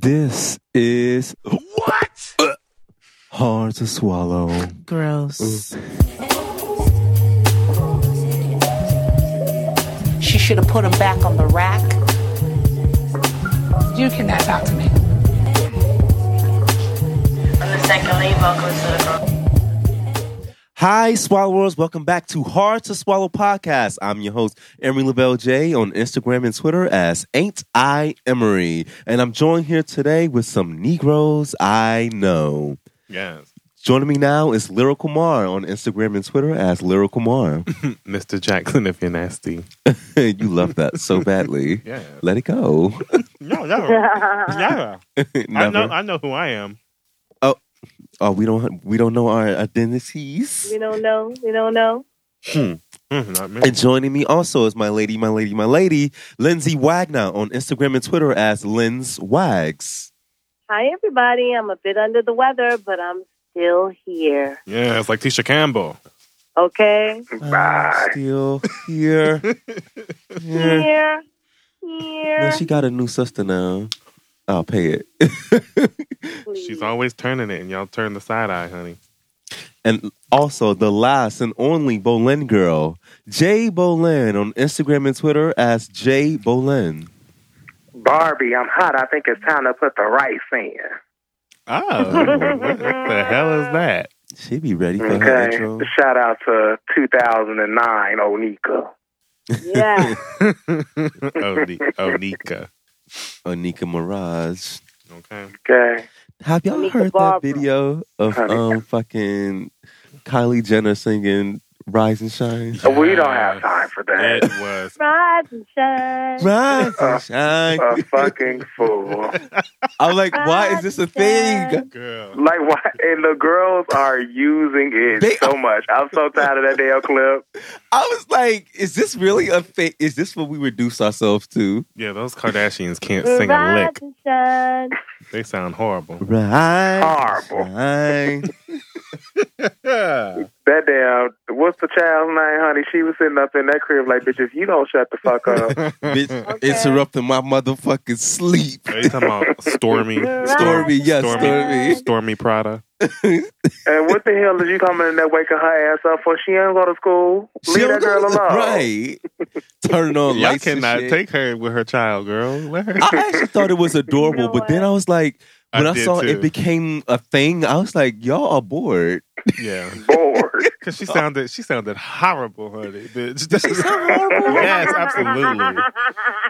This is What? hard to swallow. Gross. She should have put him back on the rack. You cannot talk to me. I'm the second lead vocalist of the group. Hi, swallowers. Welcome back to Hard to Swallow podcast. I'm your host, Emery Lavelle J, on Instagram and Twitter as Ain't I Emery. And I'm joined here today with some Negroes I know. Yes. Joining me now is Lyrical Mar on Instagram and Twitter as Lyrical Mar. Mr. Jackson, if you're nasty. you love that so badly. Yeah. Let it go. No, no. yeah. I know Never. I know who I am. oh, we don't we don't know our identities. We don't know. We don't know. Mm, Not me. And joining me also is my lady, my lady, my lady, Lindsay Wagner on Instagram and Twitter as Linz Wags. Hi, everybody. I'm a bit under the weather, but I'm still here. Yeah, it's like Tisha Campbell. Okay? I'm still here. Yeah. Here. Mm. No, Here. she got a new sister now. I'll pay it. please. She's always turning it, and y'all turn the side eye, honey. and also the last and only Bolin girl, Jay Bolin on Instagram and Twitter as Jay Bolin. Barbie, I'm hot. I think it's time to put the rice in. Oh, what, what the hell is that? She be ready for her Okay. intro. Shout out to 2009 Onika. Yeah. Oni- Onika. Onika Mirage. Okay. Okay. Have y'all Onika heard Barbara. that video of Honey. um fucking Kylie Jenner singing "Rise and Shine"? We don't have time for It that. was. Rise and shine. Rise Uh, and shine. A fucking fool. I'm like, why is this a thing? Girl. Like why? And the girls are using it They so much. I'm so tired of that damn clip. I was like, is this really a thing? Is this what we reduce ourselves to? Yeah, those Kardashians can't sing a Rise lick. and shine. They sound horrible. Rise, Horrible. shine. Yeah. That damn. What's the child's name, honey? She was sitting up in that crib like, bitch. If you don't shut the fuck up, Bitch, Okay. interrupting my motherfucking sleep. Are you talking about Stormy? Rise Stormy, and yes, Stormy, Stormy. Stormy Prada. and what the hell is you coming in there waking her ass up for? She ain't go to school. Leave She don't that girl go- alone. Right. Turning on Y'all lights. and cannot shit. take her with her child, girl. Let her. I actually thought it was adorable, know but then what? I was like, I when I, did saw too. it became a thing, I was like, y'all are bored. Yeah, Bored. because she sounded she sounded horrible, honey, bitch. She sound horrible? Yes, absolutely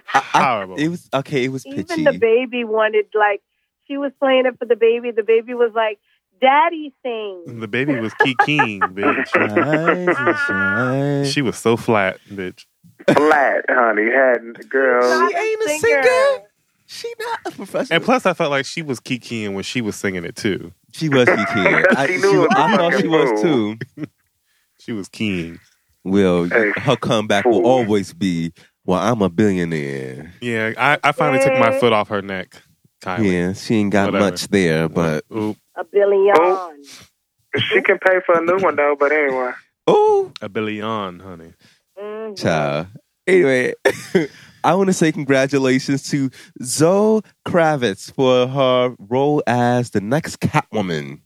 horrible. It was okay. It was pitchy. Even the baby wanted, like, she was playing it for the baby. The baby was like, Daddy sings. the baby was kikiing, bitch. Rise and shine. She was so flat, bitch. flat, honey. Had girl. She ain't a Singer. singer. She not a professional. And plus, I felt like she was kikiing when she was singing it too. she was the kid. I, She she knew was- it was I thought fucking she was cool. too. She was keying. Well, Hey, her comeback fool. will always be, "Well, I'm a billionaire." Yeah, I, I finally took my foot off her neck, Kylie. Yeah, she ain't got Whatever. much there, but Oop, A billion. Oh. She can pay for a new one though. But anyway, oh, a billion, honey. Mhm. child. Anyway, I want to say congratulations to Zoe Kravitz for her role as the next Catwoman.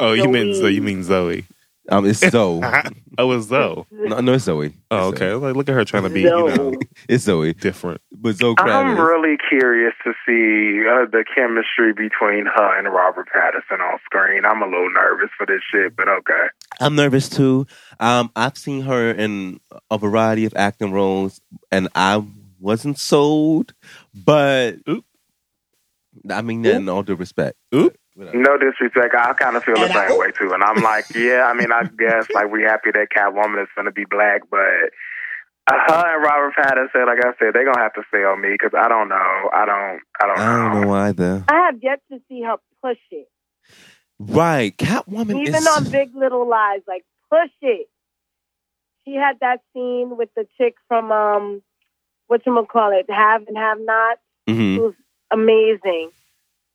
Oh, you mean Zoe. Zoe? You mean Zoe? Um, it's Zoe. Oh, it's Zoe. no, no, it's Zoe. Oh, It's okay. Zoe. Like, look at her trying to be, you know, Zoe. It's Zoe, different. but Zoe I'm Kravitz. really curious to see uh, the chemistry between her and Robert Pattinson on screen. I'm a little nervous for this shit, but okay. I'm nervous too. Um, I've seen her in a variety of acting roles, and I wasn't sold. But Oop. I mean that in all due respect. Oop. No disrespect, I kind of feel the same way too. And I'm like, yeah. I mean, I guess like we happy that Catwoman is gonna be black, but. Uh, her and Robert Pattinson, like I said, they're gonna have to sell me because I don't know. I don't. I don't. I don't know. know either. I have yet to see her push it. Right, Catwoman Even is. on Big Little Lies, like push it. She had that scene with the chick from um, what you call it, Have and Have Not, Mhm. who's amazing.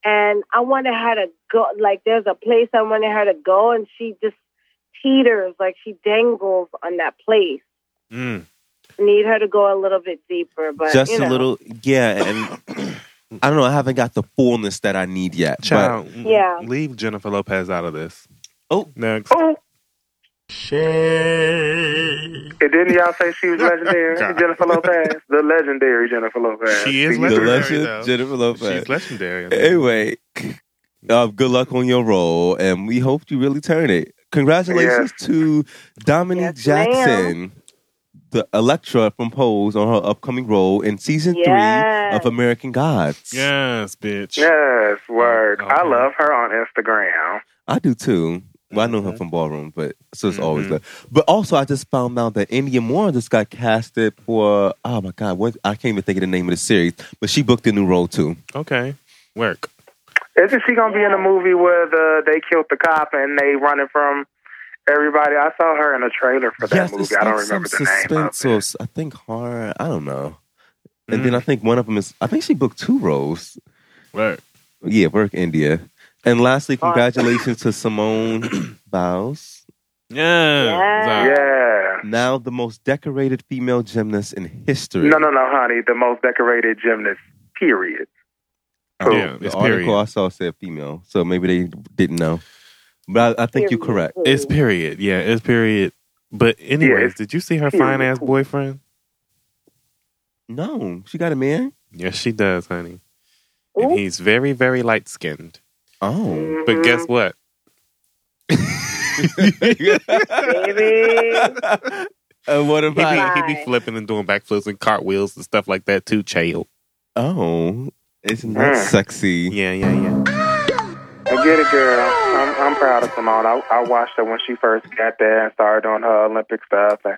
And I wanted her to go. Like there's a place I wanted her to go, and she just teeters, like she dangles on that place. Mm. Need her to go a little bit deeper, but Just you a know. little, yeah, and I don't know. I haven't got the fullness that I need yet. But Child, mm, Yeah. leave Jennifer Lopez out of this. Oh. next. Oh. And didn't y'all say she was legendary? God. Jennifer Lopez, the legendary Jennifer Lopez. She is See, the legendary, legend, though. Jennifer Lopez. She's legendary. Anyway, uh, good luck on your role, and we hope you really turn it. Congratulations to Dominique Yes, ma'am. Jackson, the Electra from Pose, on her upcoming role in season Yes. three of American Gods. Yes, bitch. Yes, word. Oh, I okay. love her on Instagram. I do too. Well, I know her from Ballroom, but so it's always Mm-hmm. good. But also, I just found out that India Moore just got casted for oh my god, what I can't even think of the name of the series, but she booked a new role too. Okay, work. Isn't she gonna be in a movie where the they killed the cop and they running from everybody? I saw her in a trailer for that yes, it's movie. I don't like some remember the name of suspense. it. Or, s- I think horror. I don't know. And then I Mm-hmm. think one of them is. I think she booked two roles. Work. Yeah, work India. And lastly, Fun. congratulations to Simone Biles, Yeah. Yeah. Zah. Yeah. now the most decorated female gymnast in history. No, no, no, honey. The most decorated gymnast. Period. Oh, Yeah, the it's article period. I saw said female, so maybe they didn't know. But I, I think you're correct. It's period. Yeah, it's period. But anyways, it's did you see her period. fine ass boyfriend? No, she got a man. Yes, she does, honey. Ooh. And he's very, very light skinned. Oh, But guess what? baby. and what He about? be, he be Right. flipping and doing backflips and cartwheels and stuff like that too, child. Oh, isn't that Mm. sexy? Yeah, yeah, yeah. Well, get it, girl. I'm, I'm proud of Simone. I, I watched her when she first got there and started doing her Olympic stuff. And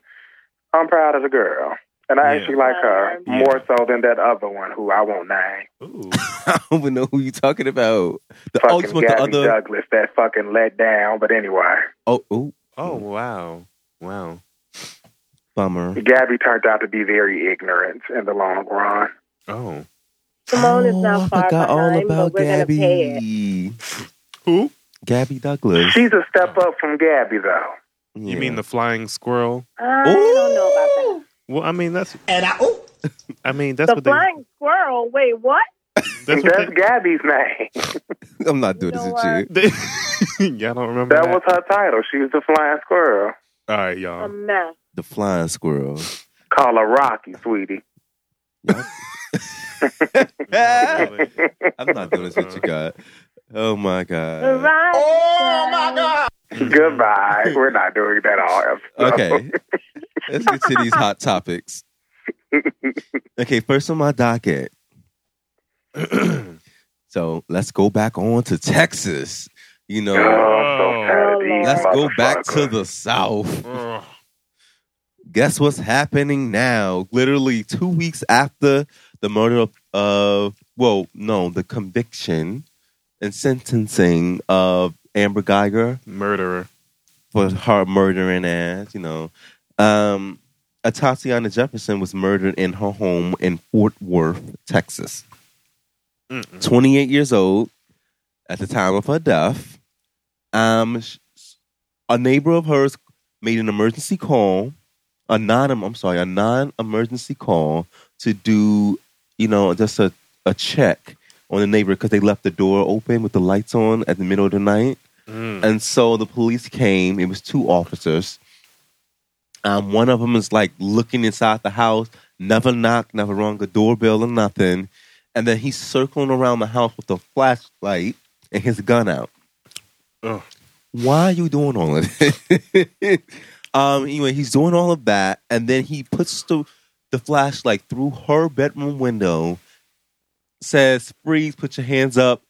I'm proud of the girl. And I Yeah. actually like her Yeah. more so than that other one who I won't name. Ooh. I don't even know who you're talking about. The, oh, you Fucking want the Gabby other? Douglas, that fucking let down. But anyway, Oh, oh, Oh, wow. Wow. bummer. Gabby turned out to be very ignorant in the long run. Oh. Simone is Oh, not I far forgot behind, all about but we're Gabby. gonna pay it. Who? Gabby Douglas. She's a step up from Gabby, though. You mean the flying squirrel? I don't know about that. Well, I mean that's And I, ooh, I mean that's the what flying squirrel. Wait, what? they that's That's, what Gabby's name. I'm not doing You this know with you. they, they, y'all don't remember That that. was her title. She was the flying squirrel. All right, Oh. A y'all. mess. The flying squirrel. Call her Rocky, sweetie. I'm not doing this with you, God. Oh my The God. right oh my side. God. Mm-hmm. Goodbye. We're not doing that all. episode. Okay. Let's get to these hot topics. Okay, first on my docket. so let's go back on to Texas. You Oh, know, I'm so tired of these let's go back to motherfuckers. the South. Ugh. guess what's happening now? Literally two weeks after the murder of, of well, no, the conviction and sentencing of Amber Geiger Murderer. for her murdering ass, you know, um, Tatiana Jefferson was murdered in her home in Fort Worth, Texas. Mm-mm. 28 years old at the time of her death. Um, sh- a neighbor of hers made an emergency call, a non I'm sorry, a non emergency call to do, you know, just a, a check on the neighbor because they left the door open with the lights on at the middle of the night. Mm. And so the police came. It was two officers. Um, one of them is like looking inside the house, never knocked, never rung a doorbell or nothing. And then he's circling around the house with a flashlight and his gun out. Ugh. Why are you doing all of this? um, anyway, he's doing all of that. And then he puts the, the flashlight through her bedroom window, says, Freeze, put your hands up.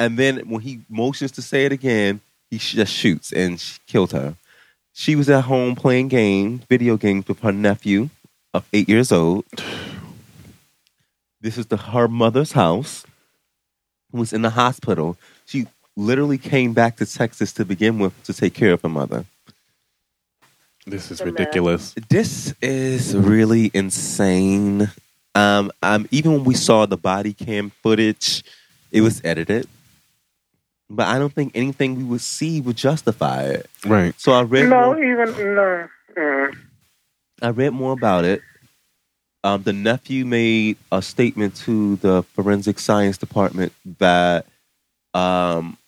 And then when he motions to say it again, he sh- just shoots and sh- killed her. She was at home playing game, video games with her nephew of eight years old. This is the her mother's house. Who was in the hospital? She literally came back to Texas to begin with to take care of her mother. This is The man. ridiculous. This is really insane. Um, um, even when we saw the body cam footage, it was edited, but I don't think anything we would see would justify it. Right. So I read No, more, even no. Mm. I read more about it, Um, the nephew made a statement to the forensic science department that um,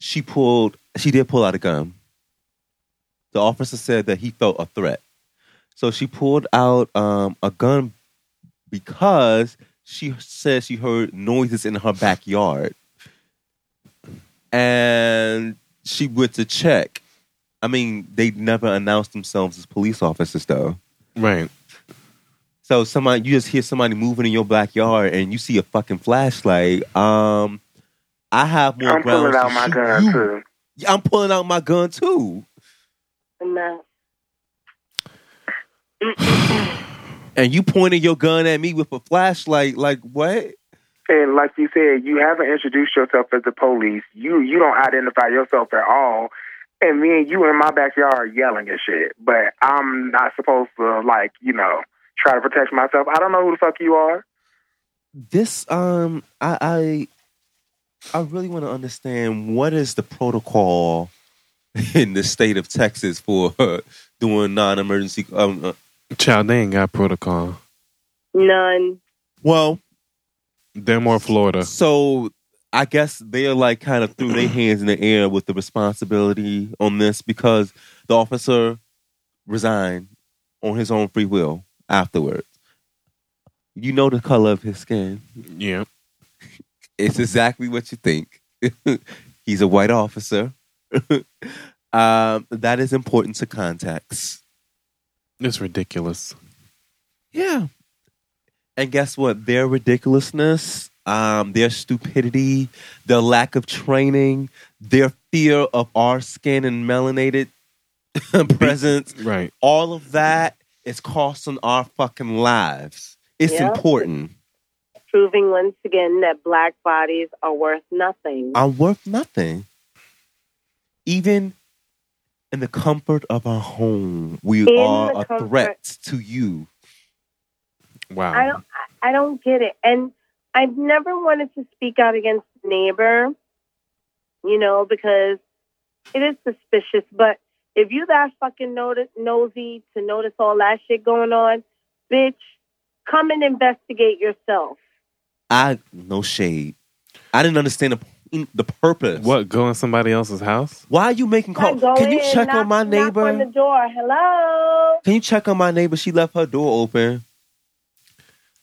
she pulled, she did pull out a gun. The officer said that he felt a threat, so she pulled out um, a gun because she said she heard noises in her backyard, and she went to check. I mean, they never announced themselves as police officers, though. Right. So somebody, you just hear somebody moving in your backyard, and you see a fucking flashlight. Um, I have more I'm grounds pulling to out my shoot gun you. too. Yeah, I'm pulling out my gun too, No. and you pointed your gun at me with a flashlight. Like what? And like you said, you haven't introduced yourself as the police. You you don't identify yourself at all. And me and you in my backyard yelling and shit. But I'm not supposed to like, you know, try to protect myself. I don't know who the fuck you are. This um, I I, I really want to understand what is the protocol in the state of Texas for doing non-emergency um, uh, Child, they ain't got protocol. None. well. They're more Florida. So I guess they're like kind of threw their hands in the air with the responsibility on this because the officer resigned on his own free will afterwards. You know the color of his skin. Yeah. It's exactly what you think. He's a white officer. um, that is important to context. It's ridiculous. Yeah. And guess what? Their ridiculousness, um, their stupidity, their lack of training, their fear of our skin and melanated presence, Right. all of that is costing our fucking lives. It's Yeah. important. Proving once again that black bodies are worth nothing. I'm worth nothing. Even in the comfort of our home, we In are the a comfort- threat to you. Wow. I don't I I don't get it. And I've never wanted to speak out against the neighbor, you know, because it is suspicious. But if you that fucking noti- nosy to notice all that shit going on, bitch, come and investigate yourself. I no shade. I didn't understand the the purpose. What, go in somebody else's house? Why are you making calls? Not go Can you in, check knock- on my Knock on the neighbor? door. Hello. Can you check on my neighbor? She left her door open.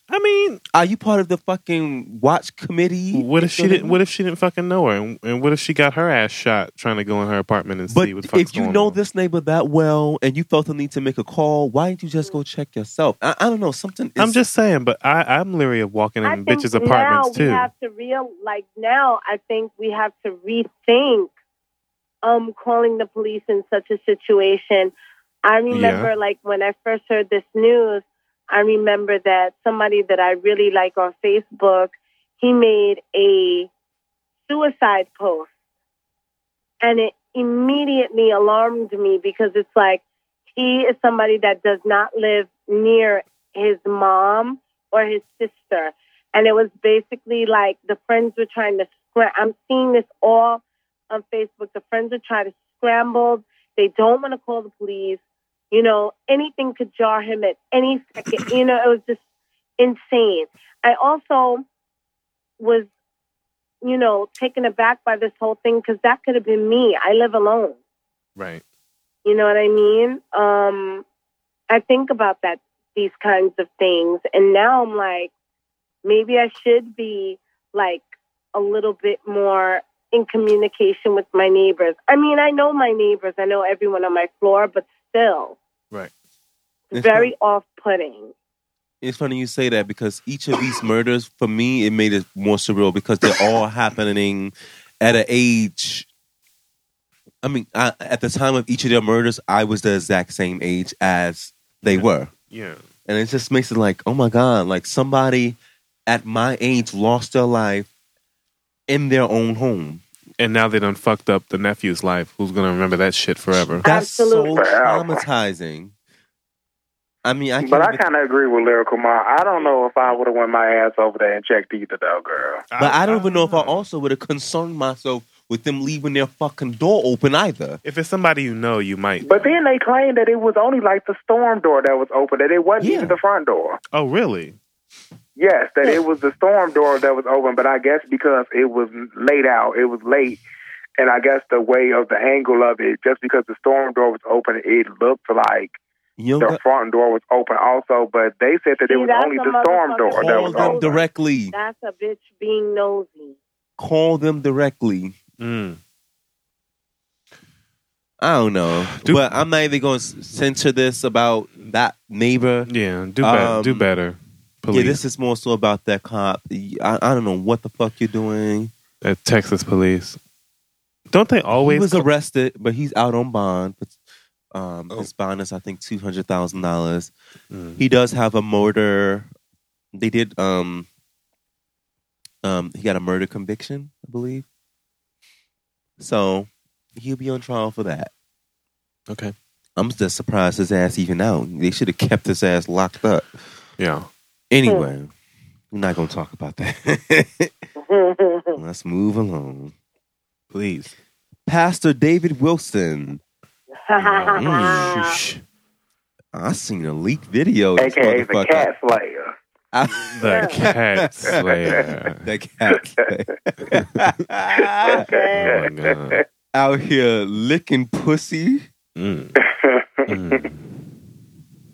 I mean, Are you part of the fucking watch committee? what if she didn't? What if she didn't fucking know her? And, and what if she got her ass shot trying to go in her apartment and But see what the fuck's if you going know on? this neighbor that well and you felt the need to make a call, why didn't you just go check yourself? I, I don't know. Something. Is, I'm just saying. But I, I'm leery of walking in I think bitches' now apartments we too. have to real like now. I think we have to rethink um calling the police in such a situation. I remember like when I first heard this news, I remember that somebody that I really like on Facebook, he made a suicide post. And it immediately alarmed me because it's like he is somebody that does not live near his mom or his sister. And it was basically like the friends were trying to scram. I'm seeing this all on Facebook. The friends are trying to scramble. They don't want to call the police. You know, anything could jar him at any second. you know, it was just insane. I also was, you know, taken aback by this whole thing because that could have been me. I live alone. Right. You know what I mean? Um, I think about that these kinds of things, and now I'm like, maybe I should be like a little bit more in communication with my neighbors. I mean, I know my neighbors, I know everyone on my floor, but still, Right. It's very off-putting. It's funny you say that because each of these murders, for me, it made it more surreal because they're all happening at an age. I mean, I, at the time of each of their murders, I was the exact same age as they were. Yeah. and it just makes it like, oh my god, like somebody at my age lost their life in their own home. And now they done fucked up the nephew's life. Who's gonna remember that shit forever? That's Absolutely. so traumatizing. I mean, I can't but I even- kind of agree with Lyrical Mom. I don't know if I would have went my ass over there and checked either, though, girl. but I don't even know if I also would have concerned myself with them leaving their fucking door open either. If it's somebody you know, you might. But then they claimed that it was only like the storm door that was open, that it wasn't Yeah. even the front door. oh, really? Yes, that it was the storm door that was open, but I guess because it was late out, it was late, and I guess the way of the angle of it, just because the storm door was open, it looked like You the don't front door was open also, but they said that See, it was that's only a the storm motherfucking door that call was bull. them open. Mm. directly. That's a bitch being nosy. Call them directly. Mm. I don't know, Do- but I'm not even going to censor this about that neighbor. Yeah, do better. Um, do better. Police. Yeah, this is more so about that cop. I, I don't know what the fuck you're doing. Uh, Texas police. Don't they always? he was call- arrested, but he's out on bond. But, um, Oh. His bond is, I think, two hundred thousand dollars. Mm. He does have a murder. They did. Um, um, he got a murder conviction, I believe. So he'll be on trial for that. Okay. I'm just surprised his ass even out. They should have kept his ass locked up. Yeah. Anyway, we're not gonna talk about that. Mm. Who Let's move along. Please. Pastor David Wilson. Shh. I seen a leaked video. of this AKA the motherfucker. cat slayer. I- The cat slayer. the cat. Oh my god. Out here licking pussy, Mm. Mm.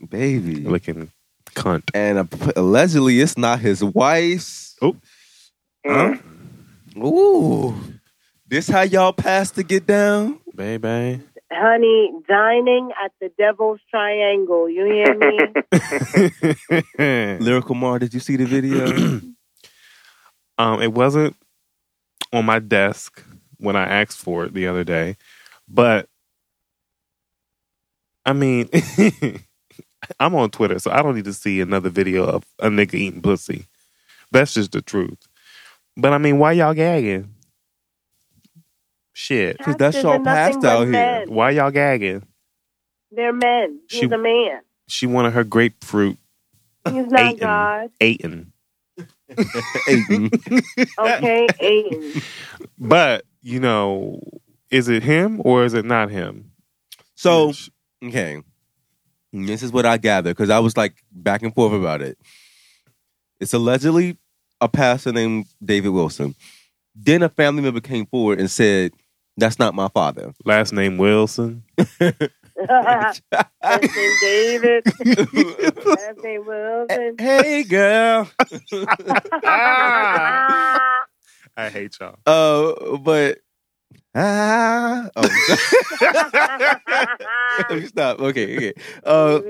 baby. Looking cunt. and a- allegedly, it's not his wife's. Oh. Huh? Mm. Ooh. This how y'all pass to get down? Baby. Honey, dining at the Devil's Triangle. You hear me? Lyrical Mar, did you see the video? um, it wasn't on my desk when I asked for it the other day, but I mean, I'm on Twitter, so I don't need to see another video of a nigga eating pussy. That's just the truth. But I mean, why y'all gagging? Shit. Cause that's Pastors y'all are nothing passed but out here. Men. Why y'all gagging? They're men. He's She- a man. She wanted her grapefruit He's not Aiden. God. eaten. Aiden. Okay, Aiden. But, you know, is it him or is it not him? so Which- Okay. This is what I gather because I was like back and forth about it. It's allegedly a pastor named David Wilson. Then a family member came forward and said, That's not my father. last name Wilson. That's in David. That's in Wilson. hey, girl. Ah. I hate y'all. Uh, but. Ah, oh, Baby. stop. Okay, okay. Uh,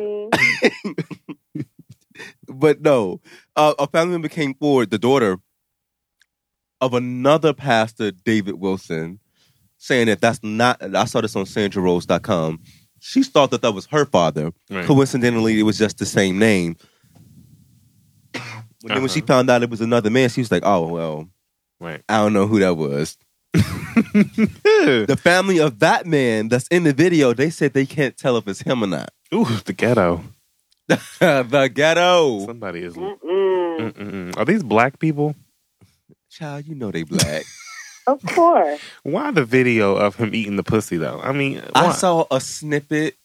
but no, uh, a family member came forward, the daughter of another pastor, David Wilson, saying that that's not. I saw this on SandraRose.com. She thought that that was her father. Right. Coincidentally, it was just the same name. And then when she Uh-huh. found out it was another man, she was like, "Oh well, Right. I don't know who that was." The family of that man that's in the video, they said they can't tell if it's him or not. Ooh, the ghetto. the ghetto Somebody is. mm. Mm-mm. Mm-mm-mm. Are these black people? child, you know they black. Of course. Why the video of him eating the pussy though? I mean, I why? saw a snippet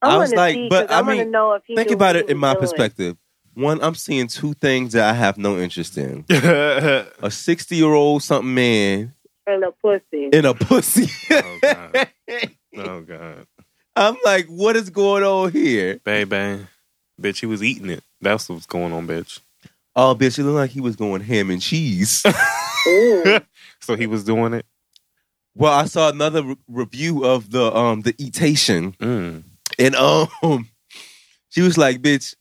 I, I want was to like, see, but 'cause I, I want to mean, know if he think knew about what it he in my was doing. perspective. One, I'm seeing two things that I have no interest in: Oh, a 60 year old something man For the pussy. and a pussy. oh god. Oh god, I'm like, what is going on here? bang bang, bitch, he was eating it. That's what's going on, bitch. Oh, bitch, it looked like he was going ham and cheese. Ooh. So he was doing it. well, I saw another re- review of the um the eatation, Mm. and um, she was like, bitch,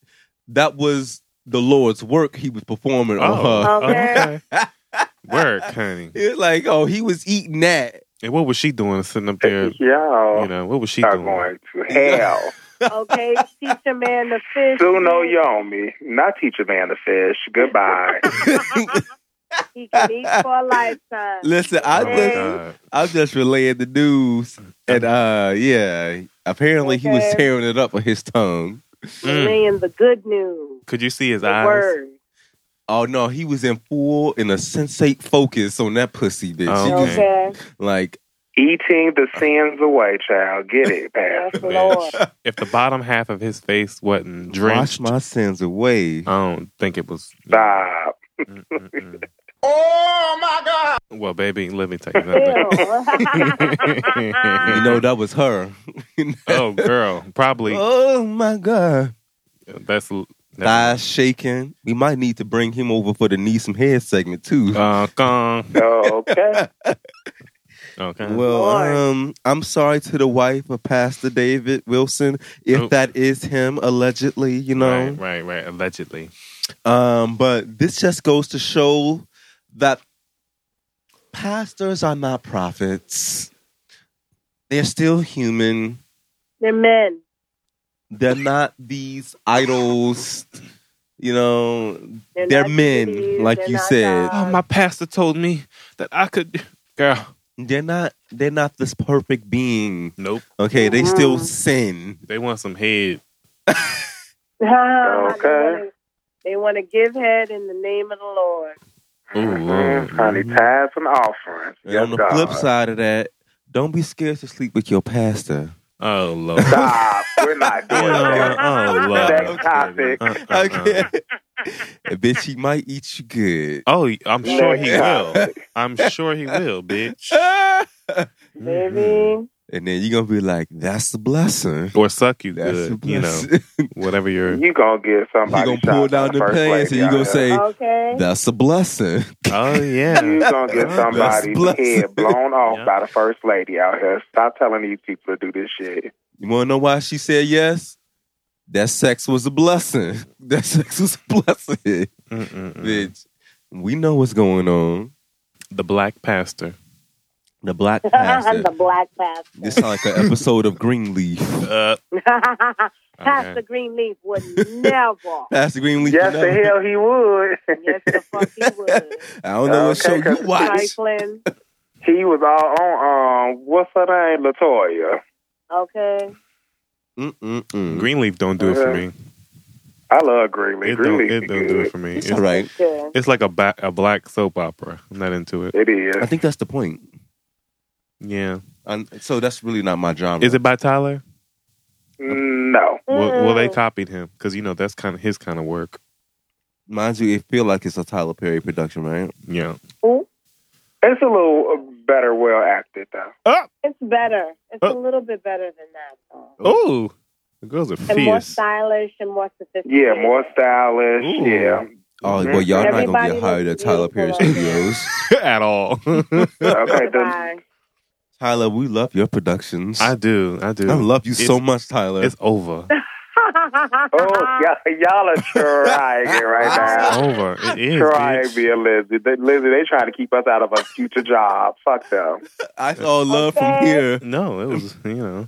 that was the Lord's work he was performing on her. Oh, Okay. okay. Work, honey. It was like, oh, he was eating that. And what was she doing sitting up there? Y'all You know, what was she are doing? going to hell. okay, teach a man to fish. Soon know you own me. Not teach a man to fish. Goodbye. He can eat for a lifetime. Listen, Oh, I my just God. I'm just relaying the news, and uh, yeah, apparently he was Okay. tearing it up with his tongue. Laying the good news. Could you see his The eyes? word. Oh no, he was in full in a sensate focus on that pussy bitch. Oh, He was, Okay. Like Eating the sins away, child. Get it, pal. Yes, Lord. If the bottom half of his face wasn't drenched, wash my sins away. I don't think it was. Stop. Oh Mm-mm-mm. Well, baby, let me tell you that. Ew. you know that was her. oh, girl, probably oh my god. that's. that's Thighs shaking. We might need to bring him over for the need some head segment too. uh, con. Oh, okay. Okay. Well, Lord. um, I'm sorry to the wife of Pastor David Wilson, if Nope. that is him allegedly, you know. Right, right, right. Allegedly. Um, but this just goes to show that pastors are not prophets. They're still human. They're men. They're not these idols, you know. They're, They're not men, cities. like They're you not said. gods. Oh, my pastor told me that I could. Girl, They're not. They're not this perfect being. nope. Okay, they still Mhm. sin. They want some head. Ah, they Okay. wanna- They want to give head in the name of the Lord. Ooh, Mhm, ooh, Honey, ooh. tithes and offerings. Mm-hmm. And Yes, on the God. flip side of that, don't be scared to sleep with your pastor. Oh, Lord. Stop. We're not Oh, doing that. oh, Next Lord. topic. Uh, uh, uh. Okay, bitch, he might eat you good. Oh, I'm sure he Next will. topic. I'm sure he will, bitch. Mm-hmm. Mm-hmm. Maybe. And then you're gonna be like, "That's the blessing." Or suck you That's the good, you know, blessing. whatever you're. You gonna get you somebody gonna pull shot down in the first pants place, and you gonna y'all. say, Okay. "That's a blessing." Oh yeah, You gonna get That's somebody's blessed. head blown off Yeah. by the first lady out here. Stop telling these people to do this shit. You wanna know why she said yes? That sex was a blessing. That sex was a blessing, Mm. Mm-mm-mm. bitch. We know what's going on. the black pastor. The black I'm pastor. the black pastor. this sound like an episode of Greenleaf. Uh, Pastor Greenleaf would never. Pastor Greenleaf. Yes, you the know? hell he would. yes, the fuck he would. I don't know what Okay, show you cause- watch. Franklin. he was all on. Um, what's her name? Latoya. Okay. Mm-mm-mm. Greenleaf don't do it for me. I love Greenlee. It don't. Greenlee It don't do it for me. It's It's, all right. Good. it's like a ba- a black soap opera. I'm not into it. It is. I think that's the point. Yeah. And so that's really not my genre. Is it by Tyler? no. Well, well they Mm. copied him because you know that's kind of his kind of work. Mind you, it feel like it's a Tyler Perry production, right? Yeah. It's a little uh, better, well acted though. It's better. It's Oh. a little bit better than that, though. Oh, the girls are And more fierce. stylish and more sophisticated. Yeah, more stylish. Ooh. Yeah. Oh Mm-hmm. well, y'all not gonna Everybody get hired at looks Tyler Perry beautiful out there. Studios. At all. Okay. The, Bye. Tyler, we love your productions. I I, do. I do. love you so much, Tyler. It's over. oh, y'all, y'all are trying it right It's now. over. It is. Trying bitch. me and Lizzie. They, Lizzie, they trying to keep us out of a future job. Fuck them. I saw love from Okay. here. No, it was you know.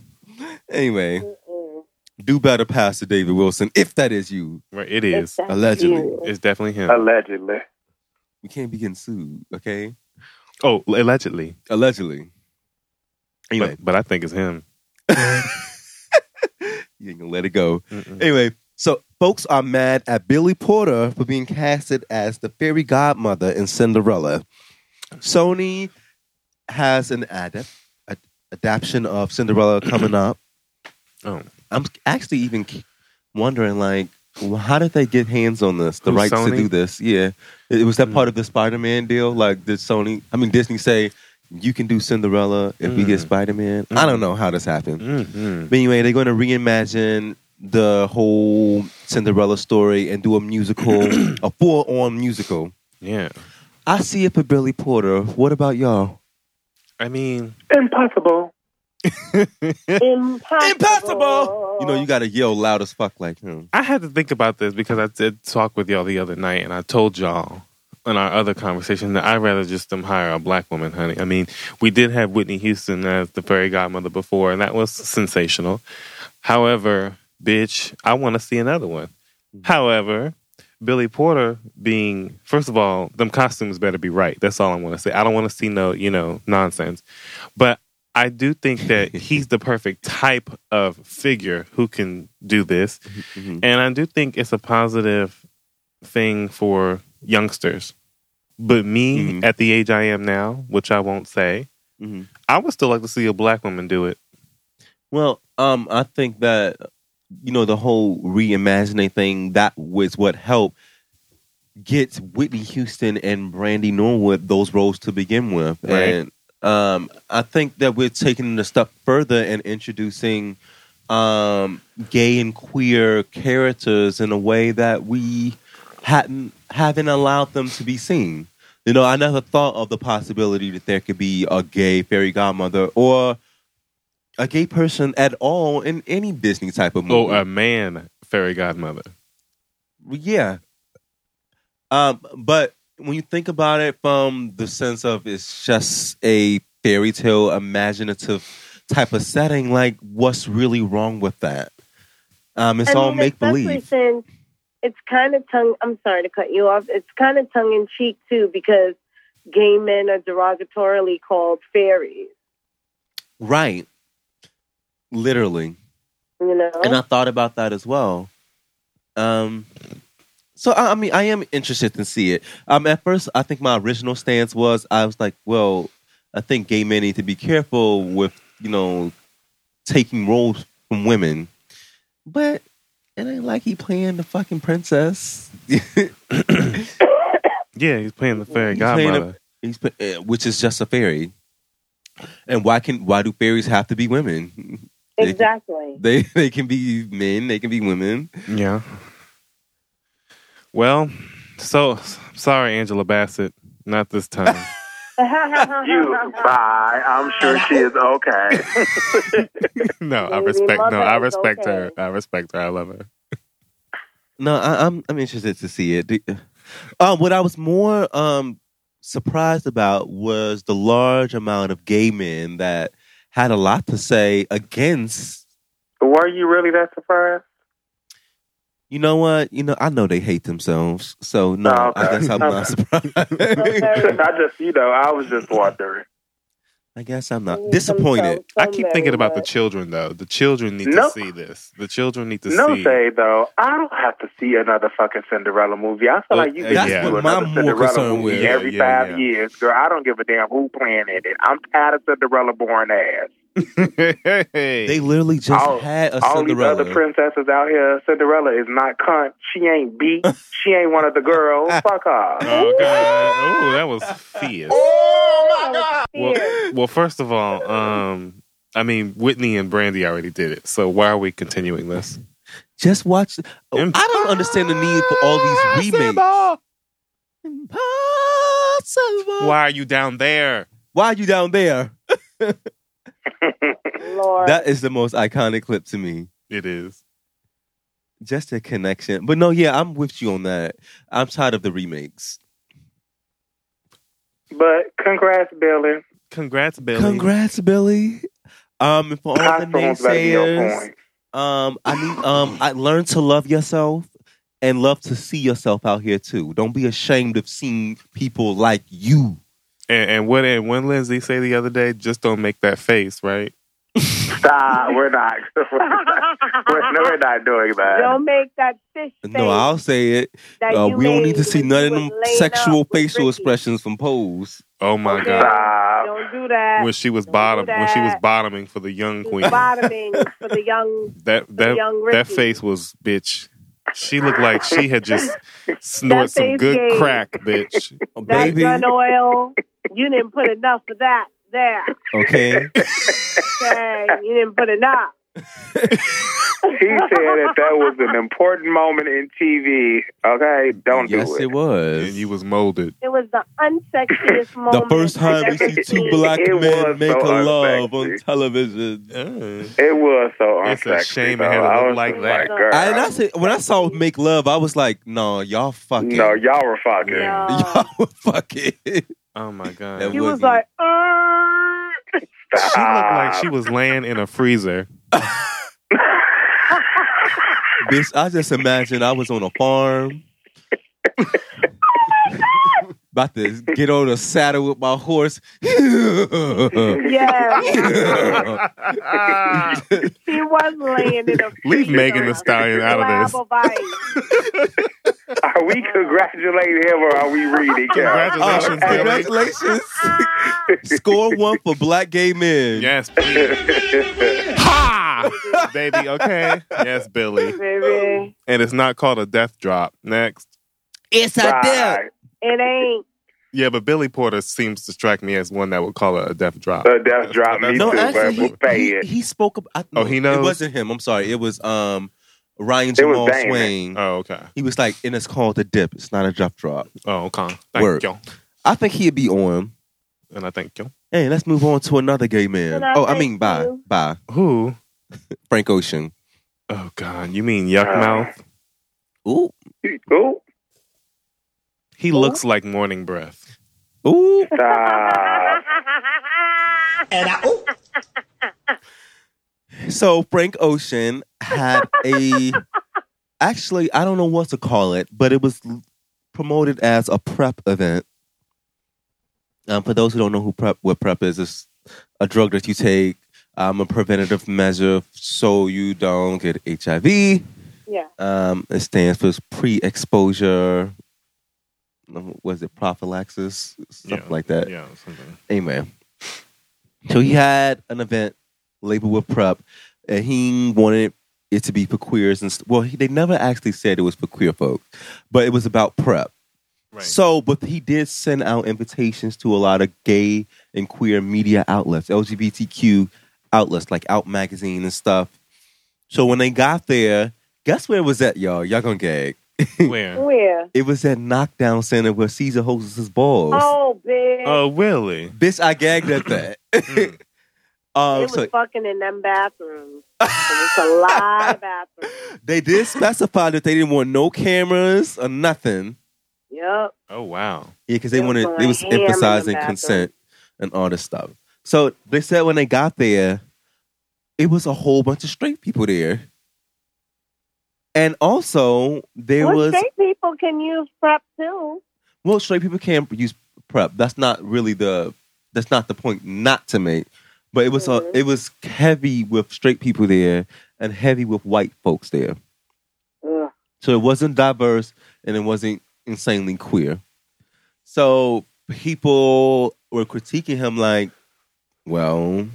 Anyway, Mm-mm. do better, Pastor David Wilson, if that is you. Right, it It's is. that Allegedly. cute. It's definitely him. Allegedly. We can't be getting sued, okay? Oh, allegedly. Allegedly. Anyway, But, but I think it's him. you ain't gonna let it go. Mm-mm. Mm-hmm. Anyway, so folks are mad at Billy Porter for being casted as the fairy godmother in Cinderella. Sony has an adapt, ad- adaptation of Cinderella coming up. Oh. I'm actually even c- wondering, like, wh- how did they get hands on this? The Who, rights to Sony? do this? Yeah, it, it was that Mm. part of the Spider-Man deal. Like, did Sony? I mean, Disney say you can do Cinderella if we get Mm. Spider-Man. I don't know how this happened. Mm-hmm. But anyway, they're going to reimagine the whole Cinderella story and do a musical, a full-on musical. Yeah. I see it for Billy Porter. What about y'all? I mean, Impossible. Impossible. You know, you got to yell loud as fuck like him. I had to think about this because I did talk with y'all the other night, and I told y'all in our other conversation that I'd rather just them hire a black woman, honey. I mean, we did have Whitney Houston as the fairy godmother before, and that was sensational. However, bitch, I want to see another one. However, Billy Porter being first of all, them costumes better be right. That's all I want to say. I don't want to see no, you know, nonsense. But I do think that he's the perfect type of figure who can do this. Mhm. And I do think it's a positive thing for youngsters. But me Mhm. at the age I am now, which I won't say, hmm I would still like to see a black woman do it. Well, um, I think that you know the whole reimagining thing that was what helped get Whitney Houston and Brandy Norwood those roles to begin with, Right. and um, I think that we're taking it a step further and introducing um, gay and queer characters in a way that we hadn't haven't allowed them to be seen. You know, I never thought of the possibility that there could be a gay fairy godmother or a gay person at all in any Disney type of movie. Or a man fairy godmother. yeah. Um, but when you think about it from the sense of it's just a fairy tale imaginative type of setting, like what's really wrong with that? Um, it's I all mean, make especially believe. Since it's kind of tongue. I'm sorry to cut you off. It's kind of tongue in cheek too because gay men are derogatorily called fairies. Right. Literally. You know. and I thought about that as well. Um, so I, I mean, I am interested to see it. Um, at first, I think my original stance was I was like, well, I think gay men need to be careful with you know taking roles from women, but it ain't like he playing the fucking princess. Yeah, he's playing the fairy He's playing a- godmother. He's, eh, which is just a fairy. And why can why do fairies have to be women? They- exactly. They they can be men, they can be women. yeah. Well, so sorry, Angela Bassett. Not this time. You bye. I'm sure she is okay. no, I Maybe respect. No, mother I is respect okay. her. I respect her. I love her. No, I, I'm I'm interested to see it. The- Um, what I was more um surprised about was the large amount of gay men that had a lot to say against. Were you really that surprised? You know what? You know I know they hate themselves, so no, Oh, I okay. guess I'm not surprised. Okay. I just, you know, I was just wondering. I guess I'm They not hate disappointed. themselves so I keep thinking very about the much. children, though. The children need to No. see this. The children need to No see. shade though. I don't have to see another fucking Cinderella movie. I feel Uh, like you can that's just do what I'm another more Cinderella concerned movie with. every Yeah, yeah, five yeah. years, girl. I don't give a damn who playing in it. I'm tired of Cinderella born ass. They literally just All- had a All these Cinderella. other princesses out here, Cinderella is not cunt. She ain't beat. she ain't one of the girls. Fuck her. oh god! Oh, that was fierce. Fierce. Well, well, first of all, um, I mean Whitney and Brandy already did it, so why are we continuing this? just watch. Oh, Im- I don't understand the need for all these remakes. Impossible. Why are you down there? Why are you down there? Lord. That is the most iconic clip to me. It is. Just a connection. But no, yeah, I'm with you on that. I'm tired of the remakes. But congrats, Billy. Congrats, Billy. Congrats, Billy. Um, and for all the Costume's about to be on naysayers, point. um, I need um, I learned to love yourself and love to see yourself out here too. Don't be ashamed of seeing people like you. And, and what? And when Lindsay say the other day, just don't make that face, right? Stop. We're not. We're not, we're, no, uh, we're not doing that. Don't make that fish face. No, I'll say it. that Uh, you we don't made need to see when none of you them was laying sexual up with facial Ricky. expressions from Pose. Oh my Okay. god! Stop. Don't do that. When she was Don't do bottom, when she was that. bottoming for the young queen, Bottoming for the young that that young that Ricky. face was bitch. She looked like she had just snorted some face good gave- crack, bitch. Oh, that baby, gun oil. You didn't put enough of that there. okay. Okay, you didn't put enough. He said that that was an important moment in TV. Okay, don't yes, do it. it was. And you was molded. It was the unsexiest The moment. first time we I've see ever two seen. black It men was make so a love on unsexy. television. Uh, It was so It's a unsexy. shame it though. had to I look was like just that. Like, girl, I, and I said, when I saw make love, I was like, no, y'all fucking. no, y'all were fucking. Yeah. Y'all No. were fucking. Oh my god! That He She was- looked Wouldn't. was like, "Uh." "Err." Stop. like she was laying in a freezer. Bitch, I just imagine I was on a farm. about to get on a saddle with my horse. Leave Yeah. he was laying in a Leave Megan the Stallion out of this. this. Are we congratulating him or are we reading? him? Congratulations, Oh, Billy. congratulations. Ah. Score one for black gay men. Yes, please. ha, baby. Okay. Yes, Billy. Baby, And it's not called a death drop. Next. It's Right. it ain't. Yeah, but Billy Porter seems to strike me as one that would call it a death drop. The death drop, me No, too, actually, but he, we'll pay he, it. he spoke about. Oh, he knows? It wasn't him. I'm sorry. It was um Ryan It was Jamal Damon. Swain. Oh, okay. He was like, and it's called the dip. It's not a drop drop. Oh, okay. Thank Word. you. I think he'd be on. And I thank you. Hey, let's move on to another gay man. Can I oh, I thank mean, bye, you? bye. Who? Frank Ocean. Oh, God. You mean Yuck Uh. Mouth? Ooh, Ooh, He looks like morning breath. ooh. stop. So Frank Ocean had a. actually, I don't know what to call it, but it was l- promoted as a prep event. Um, for those who don't know who prep, what prep is, it's a drug that you take, um, a preventative measure so you don't get HIV. yeah. Um, it stands for pre-exposure. um, Was it prophylaxis, stuff Yeah. like that? Yeah, something. Amen. So he had an event labeled with prep, and he wanted it to be for queers. And st- well, he, they never actually said it was for queer folk, but it was about prep. Right. So, but he did send out invitations to a lot of gay and queer media outlets, LGBTQ outlets like Out Magazine and stuff. So when they got there, guess where it was at, y'all? Y'all gonna gag. Where? Where? It was at Knockdown Center where Caesar hosts his balls. Oh, bitch. Oh, really? Bitch, I gagged at that. Mm. They um, was so fucking in them bathrooms. it's a lot of bathrooms. they did specify that they didn't want no cameras or nothing. Yep. Oh, wow. Yeah, because they They was wanted going they was ham in the emphasizing bathroom. consent and all this stuff. So they said when they got there, it was a whole bunch of straight people there. And also there well, was straight people can use prep too. well, straight people can use prep. That's not really the that's not the point not to make. But it was Mhm. a, it was heavy with straight people there and heavy with white folks there. Ugh. So it wasn't diverse and it wasn't insanely queer. So people were critiquing him like, well,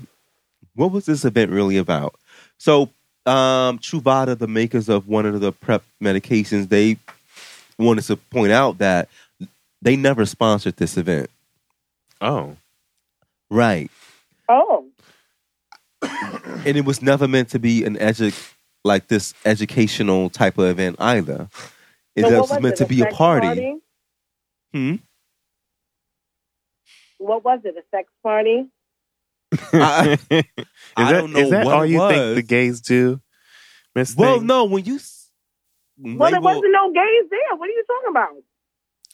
what was this event really about? So um Truvada, the makers of one of the prep medications, they wanted to point out that they never sponsored this event. Oh. Right. Oh, And it was never meant to be an edu like this educational type of event either. It so what was meant it, to be a sex party. Hmm? What was it? A sex party? I- is that, I don't know is that what all it you was. think the gays do? Miss Well, Thing? no, when you s- Well, there label- wasn't no gays there. What are you talking about?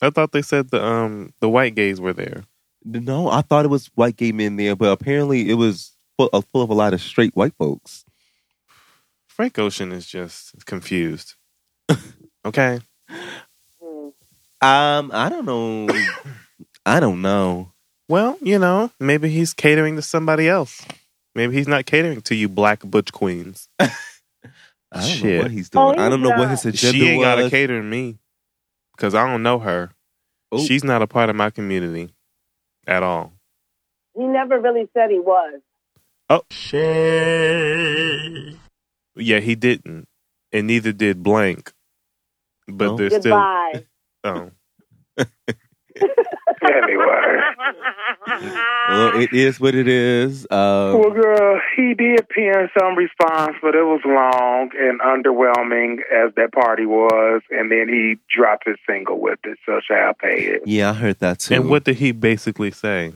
I thought they said the um the white gays were there. no, I thought it was white gay men there, but apparently it was full, uh, full of a lot of straight white folks. Frank Ocean is just confused. okay. Hmm. Um, I don't know. I don't know. Well, you know, maybe he's catering to somebody else. Maybe he's not catering to you black butch queens. I don't know Shit. what he's doing. Oh, I don't know what he's his agenda She ain't got to was. cater to me because I don't know her. Oh, She's not a part of my community at all. He never really said he was. Yeah, he didn't, and neither did blank. But Oh. they're Goodbye. still. Oh. Anyway. well, it is what it is. Um, Well, girl, he did in some response, but it was long and underwhelming as that party was. And then he dropped his single with it, so shall pay it. yeah, I heard that too. And what did he basically say?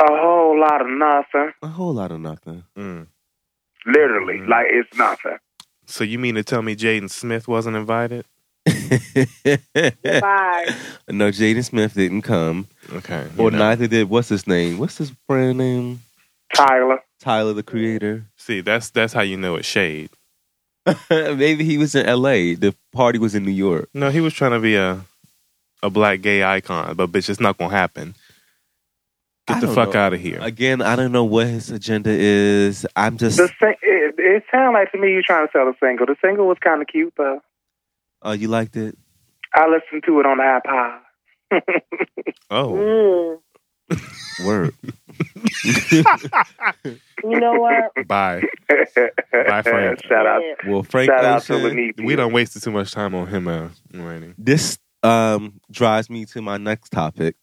A whole lot of nothing, A whole lot of nothing. Mm. literally, Mm. Mhm. like it's nothing. So you mean to tell me Jaden Smith wasn't invited? Goodbye. no, Jaden Smith didn't come, Okay. or you know. neither did what's his name? What's his brand name? Tyler, Tyler the Creator. See, that's that's how you know it's shade. Maybe he was in LA. The party was in New York. No, he was trying to be a a black gay icon, but bitch, it's not gonna happen. Get I the don't fuck know. out of here. Again, I don't know what his agenda is. I'm just The sing- it, it sounds like to me you're trying to sell a single. The single was kind of cute though. uh, you liked it. I listened to it on the iPod. oh, Mm. Word. You know what? bye. Bye, Frank. Shout out. Yeah. Well, Frank Shout out to Ocean, Lenita. We done wasted too much time on him uh, already. this um, drives me to my next topic.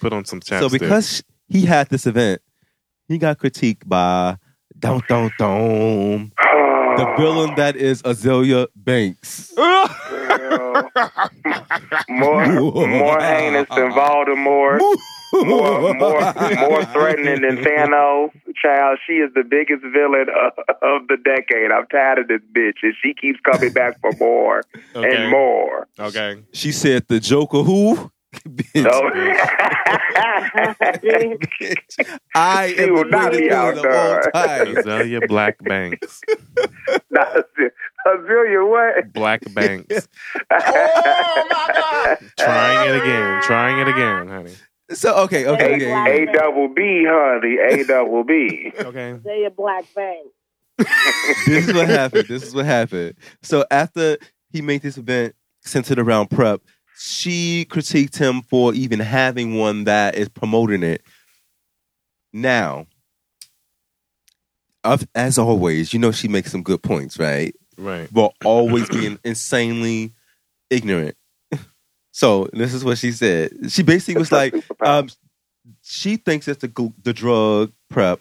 Put on some chapstick. So because sh- he had this event, he got critiqued by Dun Dun Dun, Oh. the villain that is Azalea Banks. Girl. more, more heinous than Voldemort. More, more, more threatening than Thanos. Child, she is the biggest villain of, of the decade. I'm tired of this bitch, and she keeps coming back for more okay. and more. Okay. She said the Joker who? Bitch. So, I She am the will not greatest be villain of all outdone. time. Azalea Black Banks. Azealia, what? Black Banks. Oh Trying it again. Trying it again, honey. So okay, okay, okay. Black A double B, honey. A double B. Okay. They a black bang. this is what happened. This is what happened. So after he made this event centered around prep, she critiqued him for even having one that is promoting it. Now, of- as always, you know she makes some good points, right? Right. But always being insanely ignorant. So this is what she said. She basically was like, um, she thinks that the gl- the drug prep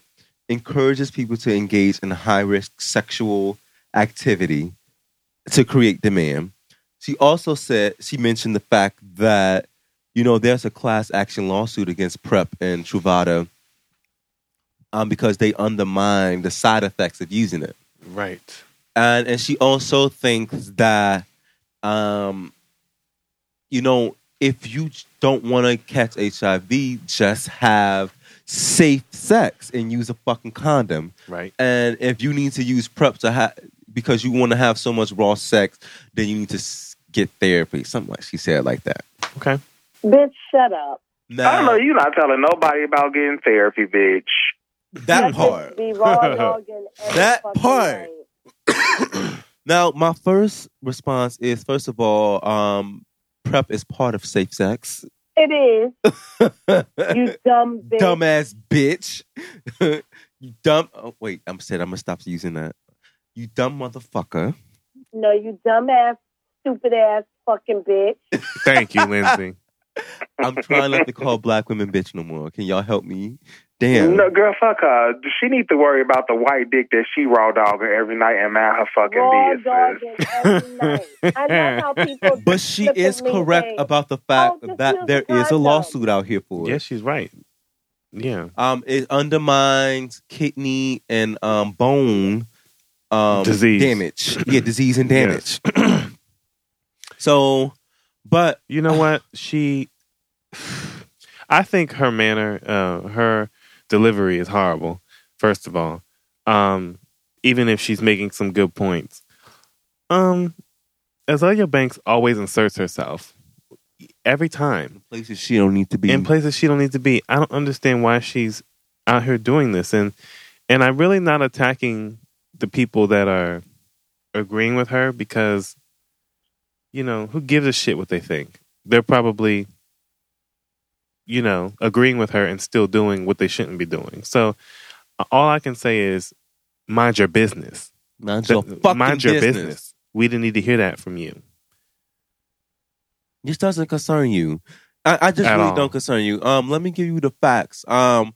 encourages people to engage in high risk sexual activity to create demand. She also said she mentioned the fact that you know there's a class action lawsuit against Prep and Truvada um, because they undermine the side effects of using it, Right. and and she also thinks that um, you know, if you j- don't want to catch HIV, just have safe sex and use a fucking condom. Right. And if you need to use prep to ha- because you want to have so much raw sex, then you need to s- get therapy. Something like she said like that. Okay. Bitch, shut up. Now, I don't know. You're not telling nobody about getting therapy, bitch. that Let's just part. Be raw dogging every That fucking part. night. Now, my first response is first of all, um, prep is part of safe sex. It is. You dumb bitch. dumbass bitch. you dumb. Oh, wait, I'm said I'm gonna stop using that. You dumb motherfucker. No, you dumb ass, stupid ass, fucking bitch. Thank you, Lindsay. I'm trying not to call black women bitch no more. Can y'all help me? Damn. No, girl, fuck her. She needs to worry about the white dick that she raw dogging every night and mind her raw fucking business. dogging every night. I know how people. But she flip is and lean correct things. about the fact Oh, just that use there the is a condom. lawsuit out here for it. yeah, she's right. Yeah. Um, it undermines kidney and um, bone um, Disease. damage. Yeah, disease and damage. so, but You know what? She I think her manner, uh, her delivery is horrible, first of all. Um, even if she's making some good points. Um Azalea Banks always inserts herself. Every time. places she don't need to be. in places she don't need to be. I don't understand why she's out here doing this, and and I'm really not attacking the people that are agreeing with her because you know who gives a shit what they think. They're probably you know agreeing with her and still doing what they shouldn't be doing. So uh, all I can say is mind your business. mind your Th- fucking mind your business. business. We didn't need to hear that from you. This doesn't concern you. I, I just At really all. don't concern you. Um, let me give you the facts. Um,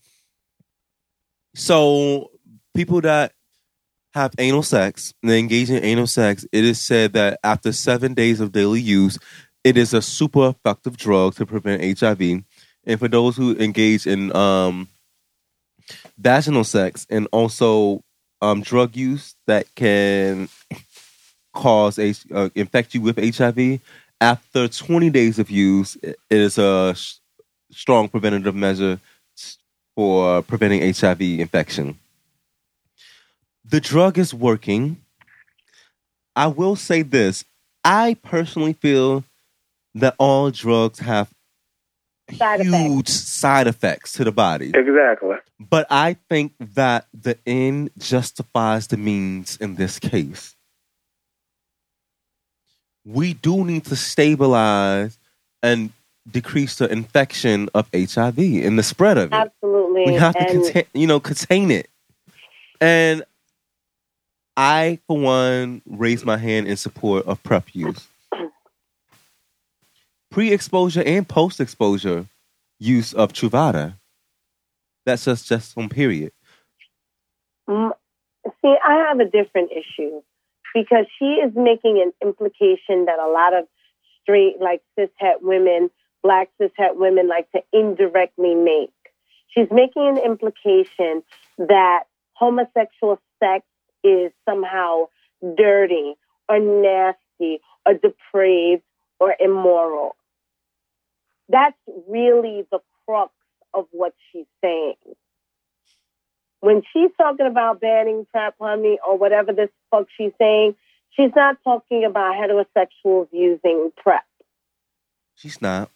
so people that have anal sex, they engage in anal sex. It is said that after seven days of daily use, it is a super effective drug to prevent HIV. And for those who engage in um, vaginal sex and also um, drug use that can cause a, uh, infect you with HIV, after 20 days of use, it is a s- strong preventative measure s- for preventing HIV infection. The drug is working. I will say this I personally feel that all drugs have Side huge effects. side effects to the body. Exactly. But I think that the end justifies the means in this case. We do need to stabilize and decrease the infection of HIV and the spread of it. Absolutely. We have to and contain, you know, contain it. And I, for one, raise my hand in support of prep use. Pre-exposure and post-exposure use of Truvada. That's just just on period. m- see, I have a different issue because she is making an implication that a lot of straight, like cishet women, black cishet women, like to indirectly make. She's making an implication that homosexual sex is somehow dirty or nasty or depraved or immoral. That's really the crux of what she's saying when she's talking about banning trap honey or whatever this fuck she's saying, she's not talking about heterosexuals using prep. She's not.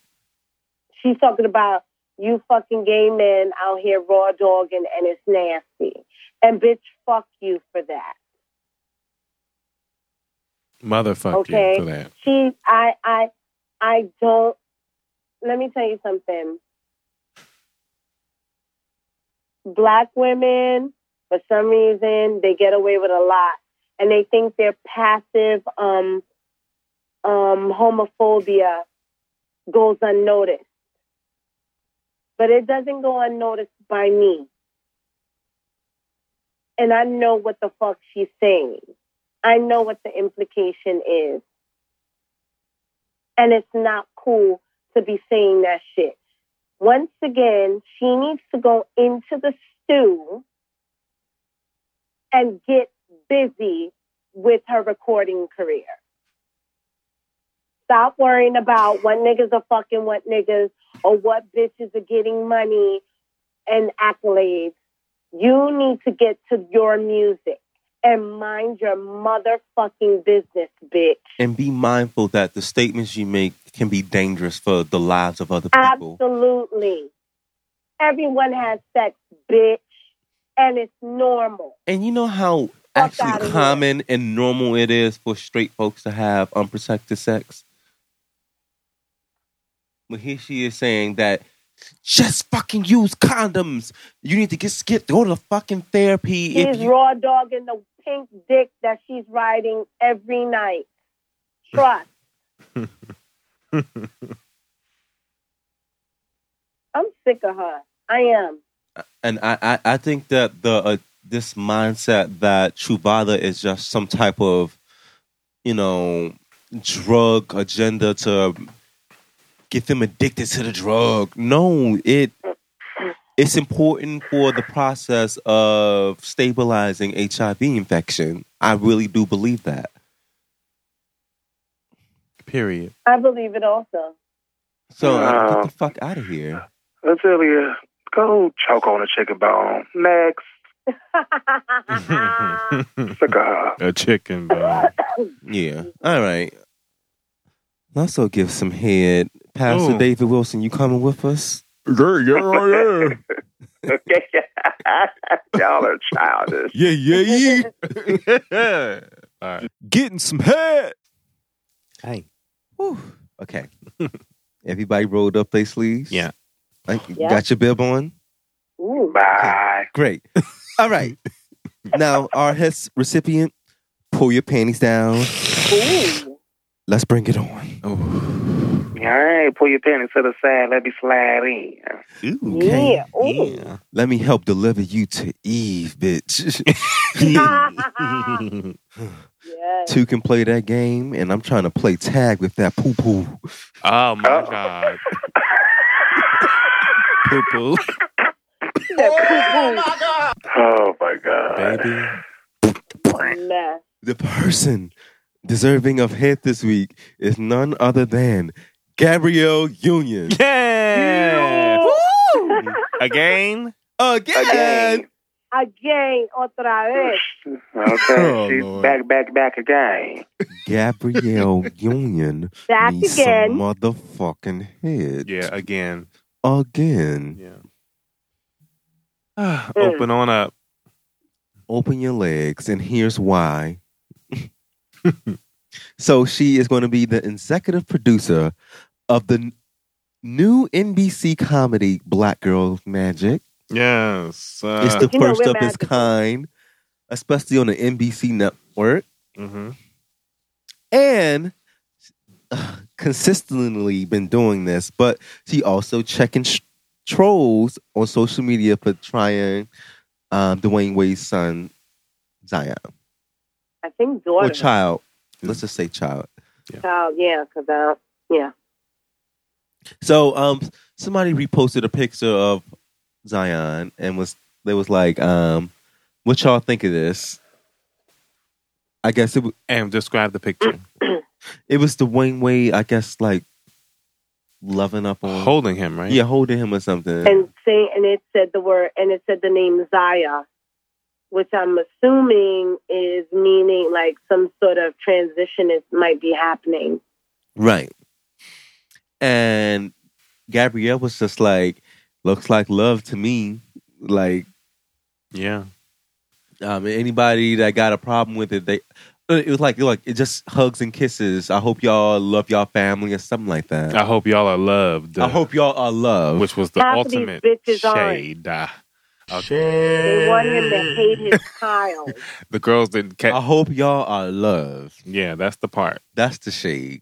She's talking about you fucking gay men out here raw dogging and it's nasty. And bitch, fuck you for that. Motherfuck Okay. you for that. She, I, I, I don't. Let me tell you something. Black women, for some reason, they get away with a lot, and they think their passive um, um, homophobia goes unnoticed. But it doesn't go unnoticed by me. And I know what the fuck she's saying. I know what the implication is and it's not cool to be saying that shit. Once again, she needs to go into the stew and get busy with her recording career. Stop worrying about what niggas are fucking what niggas or what bitches are getting money and accolades. You need to get to your music and mind your motherfucking business, bitch. And be mindful that the statements you make can be dangerous for the lives of other people. Absolutely. Everyone has sex, bitch, and it's normal. And you know how Fuck outta actually here. common and normal it is for straight folks to have unprotected sex? But here she is saying that just fucking use condoms. You need to get skipped. Go to fucking therapy. She's If you, raw dogging the pink dick that she's riding every night. Trust. I'm sick of her. I am. and I, I, I think that the uh, this mindset that Truvada is just some type of, you know, drug agenda to get them addicted to the drug. No, it it's important for the process of stabilizing HIV infection. I really do believe that. Period. I believe it also. So uh, Wow. get the fuck out of here. Let's tell you, go choke on a chicken bone. Next, cigar. a chicken bone. Yeah. All right. Also, give some head, Pastor Ooh. David Wilson. You coming with us? yeah, yeah, Y'all are childish. Yeah, yeah, yeah. yeah. yeah. All right. Getting some head. Hey. Whew. Okay. Everybody rolled up their sleeves. Yeah. Like, you Yeah. Got your bib on. Ooh. Bye. Great. All right. now, our head recipient, pull your panties down. Ooh. Let's bring it on. All right, pull your panties to the side. Let me slide in. Yeah. Ooh. Yeah. Let me help deliver you to Eve, bitch. yes. Two can play that game, and I'm trying to play tag with that poo poo. oh my god. Poo poo, That Oh my god. baby. poo-poo mess. The person deserving of head this week is none other than Gabrielle Union. Yeah. Again. Again. Again. again, otra vez. Okay, Oh, she's Lord. back, back, back again. Gabrielle Union Back needs again. some motherfucking head Yeah, again. again. Yeah. Ah, Open on up. Open your legs, and here's why. so she is going to be the executive producer of the n- new NBC comedy Black Girl Magic. Yes. Uh, it's the You know, first we're of its magical. kind, especially on the NBC network. mhm. and uh, consistently been doing this, but she also checking sh- trolls on social media for trying um, Dwayne Wade's son Zion I think or daughter. child. Let's just say child. Child, yeah, because uh, yeah. So um, somebody reposted a picture of Zion and was they was like, um, "What y'all think of this?" I guess it w- And describe the picture. it was Dwayne Wade. I guess like loving up on Holding him, right? yeah, holding him or something. And say, and it said the word, and it said the name Zaya, which I'm assuming is meaning like some sort of transition is might be happening. Right. And Gabrielle was just like, looks like love to me. Like, Yeah. um, anybody that got a problem with it, they uh, it was like like it just hugs and kisses. I hope y'all love y'all family or something like that. I hope y'all are loved. uh, I hope y'all are loved. Which was the Half of these ultimate bitches aren't. shade. Ah, They want him to hate his Mm. child. The girls didn't I catch. hope y'all are loved. Yeah, that's the part. That's the shade.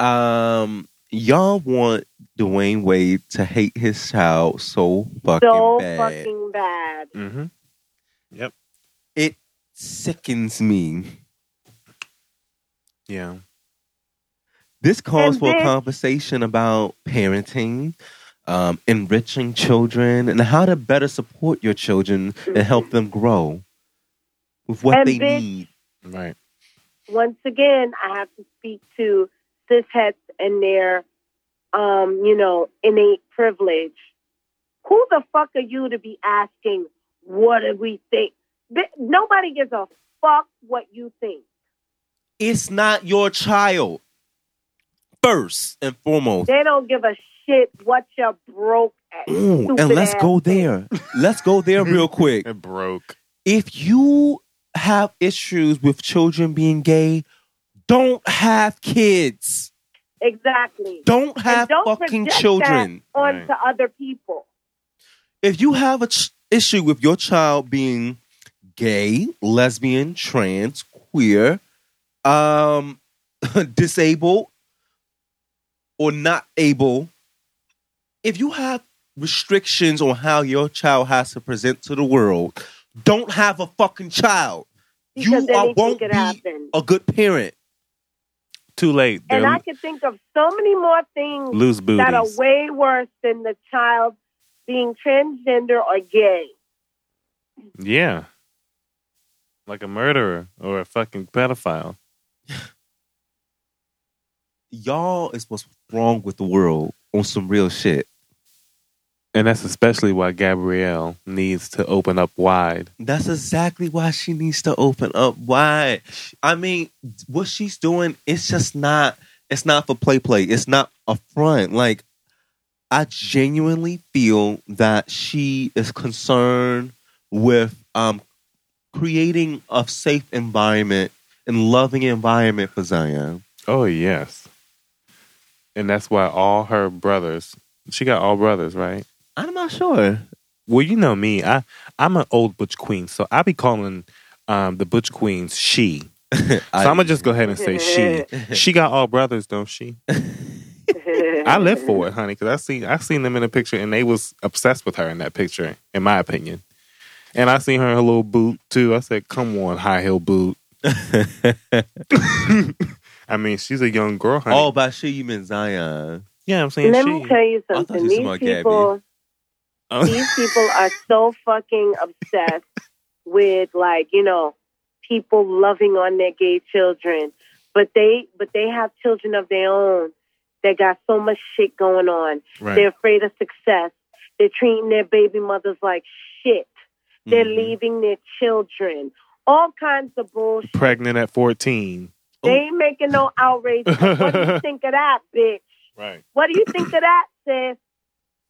um, y'all want Dwayne Wade to hate his child so fucking so bad. fucking bad. Mm-hmm. it sickens me. Yeah. This calls And for a then- conversation about parenting, um, enriching children, and how to better support your children and help them grow with what Mm-hmm. And they bitch- need. Right. Once again, I have to speak to cishets and their, um, you know, innate privilege. Who the fuck are you to be asking? What do we think? Bi- Nobody gives a fuck what you think. It's not your child. First and foremost. They don't give a shit what you're broke at. Ooh, and stupid let's ass go thing. there. Let's go there real quick. It broke. If you have issues with children being gay, don't have kids. Exactly. Don't have and don't fucking project children. that onto other people. if you have an ch- issue with your child being gay, lesbian, trans, queer, um, disabled, or not able, if you have restrictions on how your child has to present to the world, don't have a fucking child. Because you are, anything won't could be happen. a good parent. Too late. And They're I can think of so many more things loose booties. that are way worse than the child being transgender or gay. Yeah. Like a murderer or a fucking pedophile. Y'all is what's wrong with the world on some real shit. And that's especially why Gabrielle needs to open up wide. That's exactly why she needs to open up wide. I mean, what she's doing, it's just not it's not for play play. It's not a front. Like I genuinely feel that she is concerned with um creating a safe environment and loving environment for Zion. Oh, yes. And that's why all her brothers, she got all brothers, right? I'm not sure. Well, you know me. I, I'm an old Butch Queen, so I be calling um, the Butch Queens she. So I'm going to just go ahead and say she. She got all brothers, don't she? I live for it, honey, because I seen I seen them in a picture and they was obsessed with her in that picture, in my opinion. And I seen her in her little boot too. I said, "Come on, high heel boot." I mean, she's a young girl, honey. Oh, by she you mean Zion. yeah, I'm saying Let she. me tell you I thought something. you said These about Gabby. people, Oh. these people are so fucking obsessed with like you know people loving on their gay children, but they but they have children of their own that got so much shit going on. right. They're afraid of success. They're treating their baby mothers like shit. They're Mhm. leaving their children. All kinds of bullshit. Pregnant at 14. They ain't making no outrage. what do you think of that, bitch? Right. What do you think of that, sis?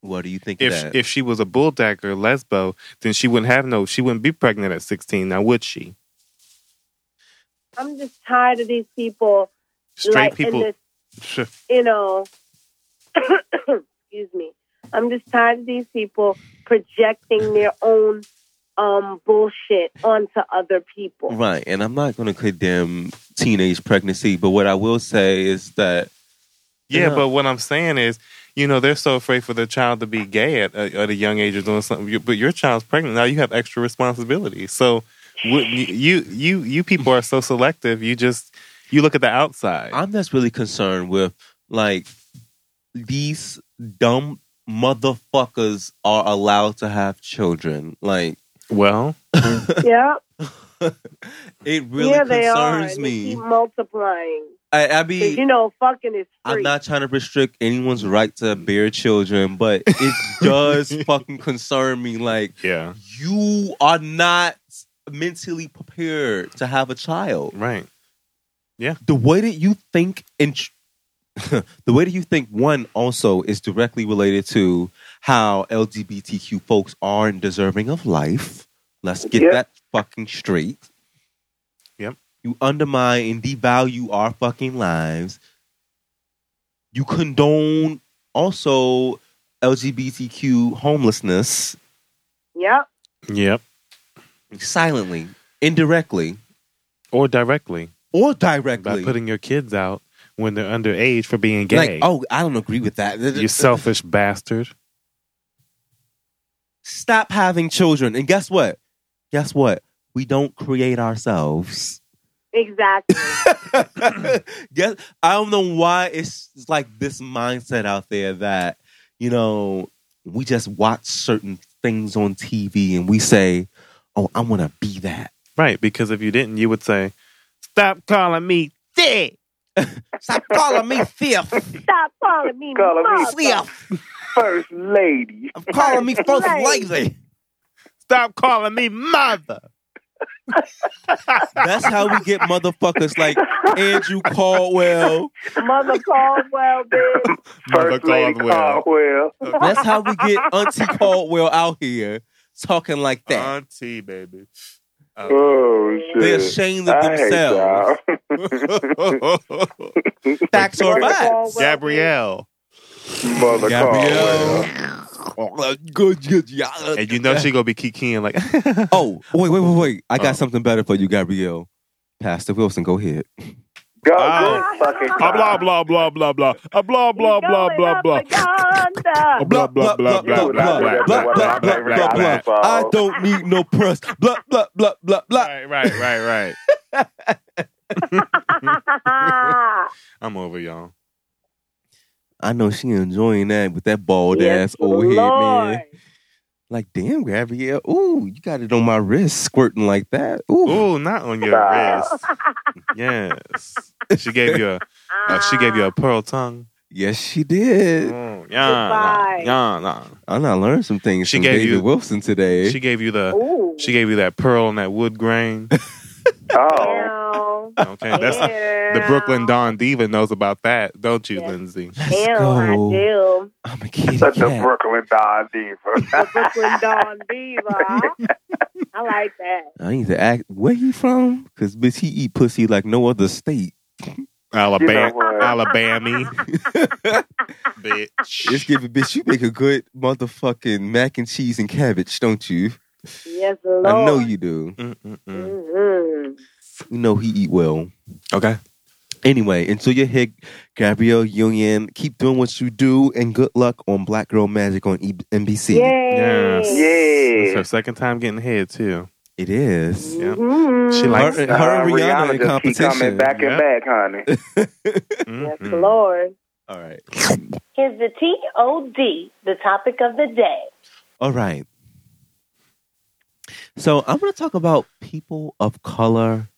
What do you think If of that? if she was a bulldagger lesbo, then she wouldn't have no. She wouldn't be pregnant at 16. Now would she? I'm just tired of these people. Straight like, people. In this, you know, excuse me. I'm just tired of these people projecting their own um, bullshit onto other people. Right, and I'm not going to condemn teenage pregnancy, but what I will say is that Yeah, Yeah. but what I'm saying is, you know, they're so afraid for their child to be gay at, a- at a young age or doing something. You- But your child's pregnant now; you have extra responsibility. So, wouldn't you, you you you people are so selective. You just you look at the outside. I'm just really concerned with like these dumb motherfuckers are allowed to have children. Like well, Yeah, it really yeah, they are. concerns and they me. keep multiplying. I, I 'Cause, mean, you know, fucking is free. I'm not trying to restrict anyone's right to bear children, but it does fucking concern me. Like yeah, you are not mentally prepared to have a child. right. the way that you think and tr- the way that you think one also is directly related to how LGBTQ folks are and deserving of life. Let's get Yep. that fucking straight. Yep. You undermine and devalue our fucking lives. You condone also LGBTQ homelessness Yeah, Yep, silently, indirectly, or directly or by directly. putting your kids out when they're underage for being gay. like, oh, I don't agree with that. you selfish bastard! stop having children. And guess what? Guess what? We don't create ourselves. exactly. guess, I don't know why it's, it's like this mindset out there that, you know, we just watch certain things on TV and we say, oh, I want to be that. Right? Because if you didn't, you would say, "Stop calling me thick." Stop calling me filth. Stop calling me. Calling me mother. Filth. First lady. I'm calling me first lady. Stop calling me mother. That's how we get motherfuckers like Andrew Caldwell. Mother Caldwell, bitch. First lady Caldwell. Caldwell. That's how we get Auntie Caldwell out here talking like that. Auntie, baby. Oh shit. They're ashamed of I hate themselves. y'all. Facts are Mother facts. Caldwell, Gabrielle. Mother Caldwell. Gabrielle. Oh, Good, good, yeah. And you know she gonna be kikiing like Oh, wait, wait, wait, wait. I got Oh. something better for you, Gabrielle. Pastor Wilson, go ahead. Go, Oh. good fucking Ah, blah God. blah blah blah blah Ah, blah bitch. blah You're blah going blah up blah. Aganda. Blah blah blah blah blah You blah would blah not blah be able blah to blah blah. laugh. I don't need no press. Blah, blah, blah, blah, blah. Right, right, right, right. I'm over y'all. I know she enjoying that with that bald ass old head, man. Like, damn, Gabrielle. Ooh, you got it on my wrist squirting like that. Ooh. Ooh, not on your Nah. wrist. Yes, she gave you a uh, she gave you a pearl tongue. Yes, she did. Mm, yeah, Goodbye. nah, yeah, nah. I know, I learned some things She from gave David you- Wilson today. She gave you the Ah. Ooh. she gave you that pearl and that wood grain. Oh. Ew. Okay, that's The Brooklyn Dawn Diva knows about that, don't you, Yeah. Lindsay? Let's Ew, I go. do. I'm a kitty Such a cat. Brooklyn Don Diva. The Brooklyn Dawn Diva. I like that. I need to ask where he from, cause bitch he eat pussy like no other state. You know Alabama, what? Alabama, bitch. It's giving bitch you make a good motherfucking mac and cheese and cabbage, don't you? Yes, Lord. I know you do. Mm-mm-mm. hmm You know he eat well. Okay, Anyway, until you're here, Gabrielle Union, keep doing what you do, and good luck on Black Girl Magic on e- NBC. Yay. Yes. it's yeah. her second time getting head too. It is. Yeah. Mhm. She like- Her, her and Rihanna, in just keep competition. coming back and Yeah. back, honey. Yes, Mm-mm. Lord. All right. Here's the TOD, the topic of the day. All right. So I'm going to talk about people of color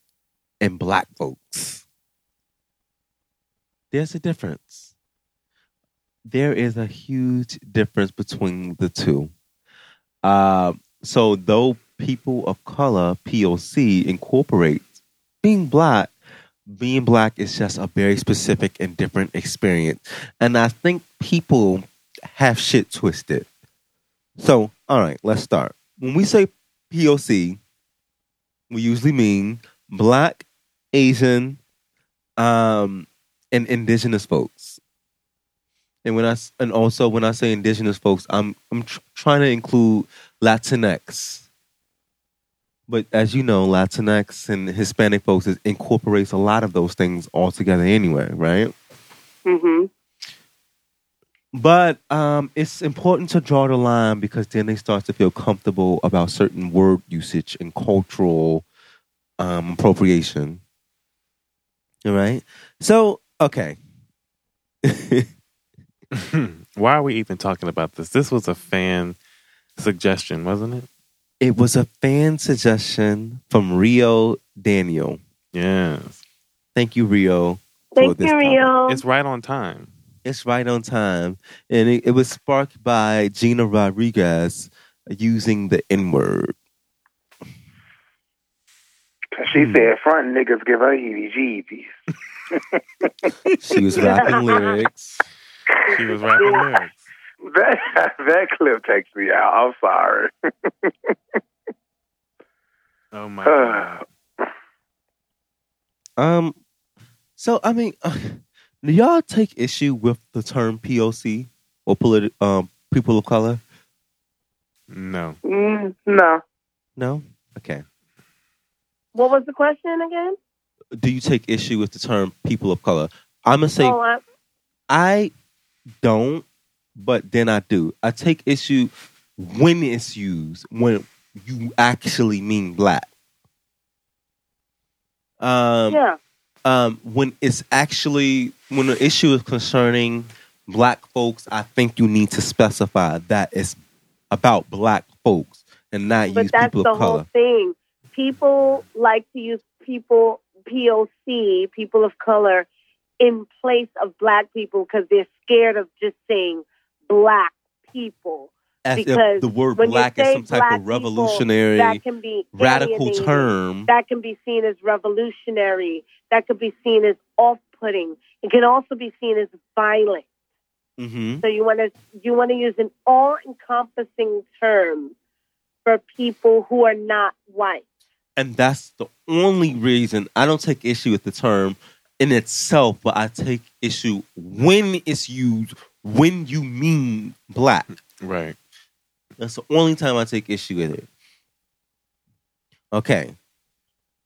and black folks. There's a difference. There is a huge difference between the two. Uh, so, though people of color POC incorporates being black. Being black is just a very specific and different experience, and I think people have shit twisted. So, all right, let's start. When we say POC, we usually mean black, Asian, um, and indigenous folks. And when I s- and also when I say indigenous folks, I'm I'm tr- trying to include Latinx. But as you know, Latinx and Hispanic folks is, incorporates a lot of those things all together anyway, right? hmm Mm-hmm. But um, it's important to draw the line because then they start to feel comfortable about certain word usage and cultural um, appropriation. All right. So, okay. Hmm. Why are we even talking about this? This was a fan suggestion, wasn't it? It was a fan suggestion from Rio Daniel. Yes. Thank you, Rio. for Thank this you, topic. Rio. It's right on time. It's right on time. And it, it was sparked by Gina Rodriguez using the N word. She Hmm. said front niggas give her heebie jeebies. She was rapping lyrics. She was rapping lyrics. That that clip takes me out. I'm sorry. Oh my god. Um, so I mean, do y'all take issue with the term POC or politi- um, people of color? No. Mm, no. No. Okay. What was the question again? Do you take issue with the term people of color? I'm gonna say Oh, I, I don't, but then I do. I take issue when it's used, when you actually mean black. Um, yeah. um, when it's actually when the issue is concerning black folks, I think you need to specify that it's about black folks and not But use that's people the of color. whole thing. People like to use people, POC, people of color, in place of black people because they're scared of just saying black people. As if because the word when you black is say some type black of people, revolutionary, that can be radical alienating. term. That can be seen as revolutionary. That could be seen as off-putting. It can also be seen as violent. hmm So you want to you want to use an all-encompassing term for people who are not white. And that's the only reason I don't take issue with the term in itself, but I take issue when it's used, when you mean black. Right. That's the only time I take issue with it. Okay.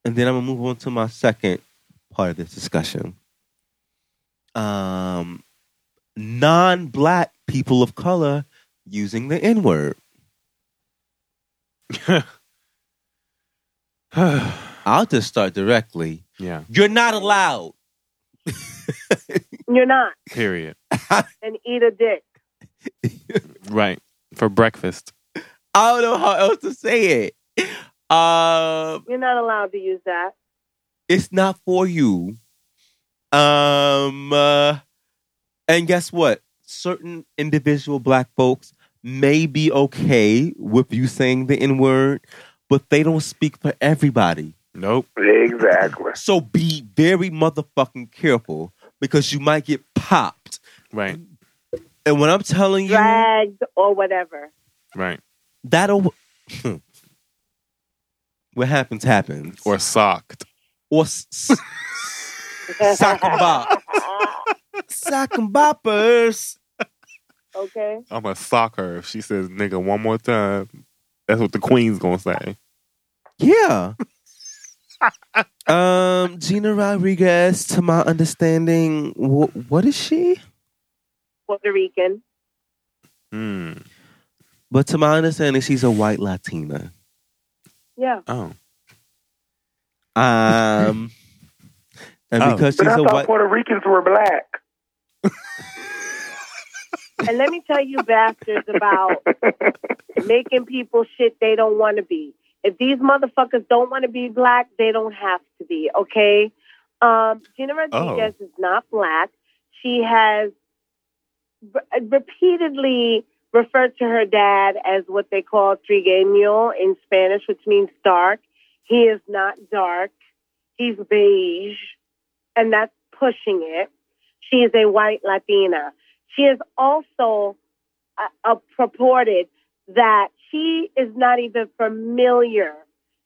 And then I'm gonna move on to my second part of this discussion. Um non black people of color using the N word. I'll just start directly. yeah. You're not allowed. You're not, Period. and eat a dick. Right. For breakfast. I don't know how else to say it. Um You're not allowed to use that. it's not for you. Um, uh, and guess what? Certain individual black folks may be okay with you saying the N word, but they don't speak for everybody. Nope. Exactly. So be very motherfucking careful because you might get popped. Right. And when I'm telling you, Dragged or whatever. Right. that'll. hmm. what happens, happens. Or socked. or s- s- sock 'em bop. Sock 'em boppers. okay. I'm a sock her if she says nigga one more time. That's what the queen's gonna say. Yeah. um, Gina Rodriguez, to my understanding, wh- what is she? Puerto Rican. Hmm. But to my understanding, she's a white Latina. Yeah. Oh. Um, and Oh. because But she's I a thought white, Puerto Ricans were black. And let me tell you bastards about making people shit they don't want to be. If these motherfuckers don't want to be black, they don't have to be, okay? Um, Gina Rodriguez is not black. She has re- repeatedly referred to her dad as what they call trigueño in Spanish, which means dark. He is not dark. He's beige, and that's pushing it. She is a white Latina. She is also uh, uh, purported that she is not even familiar.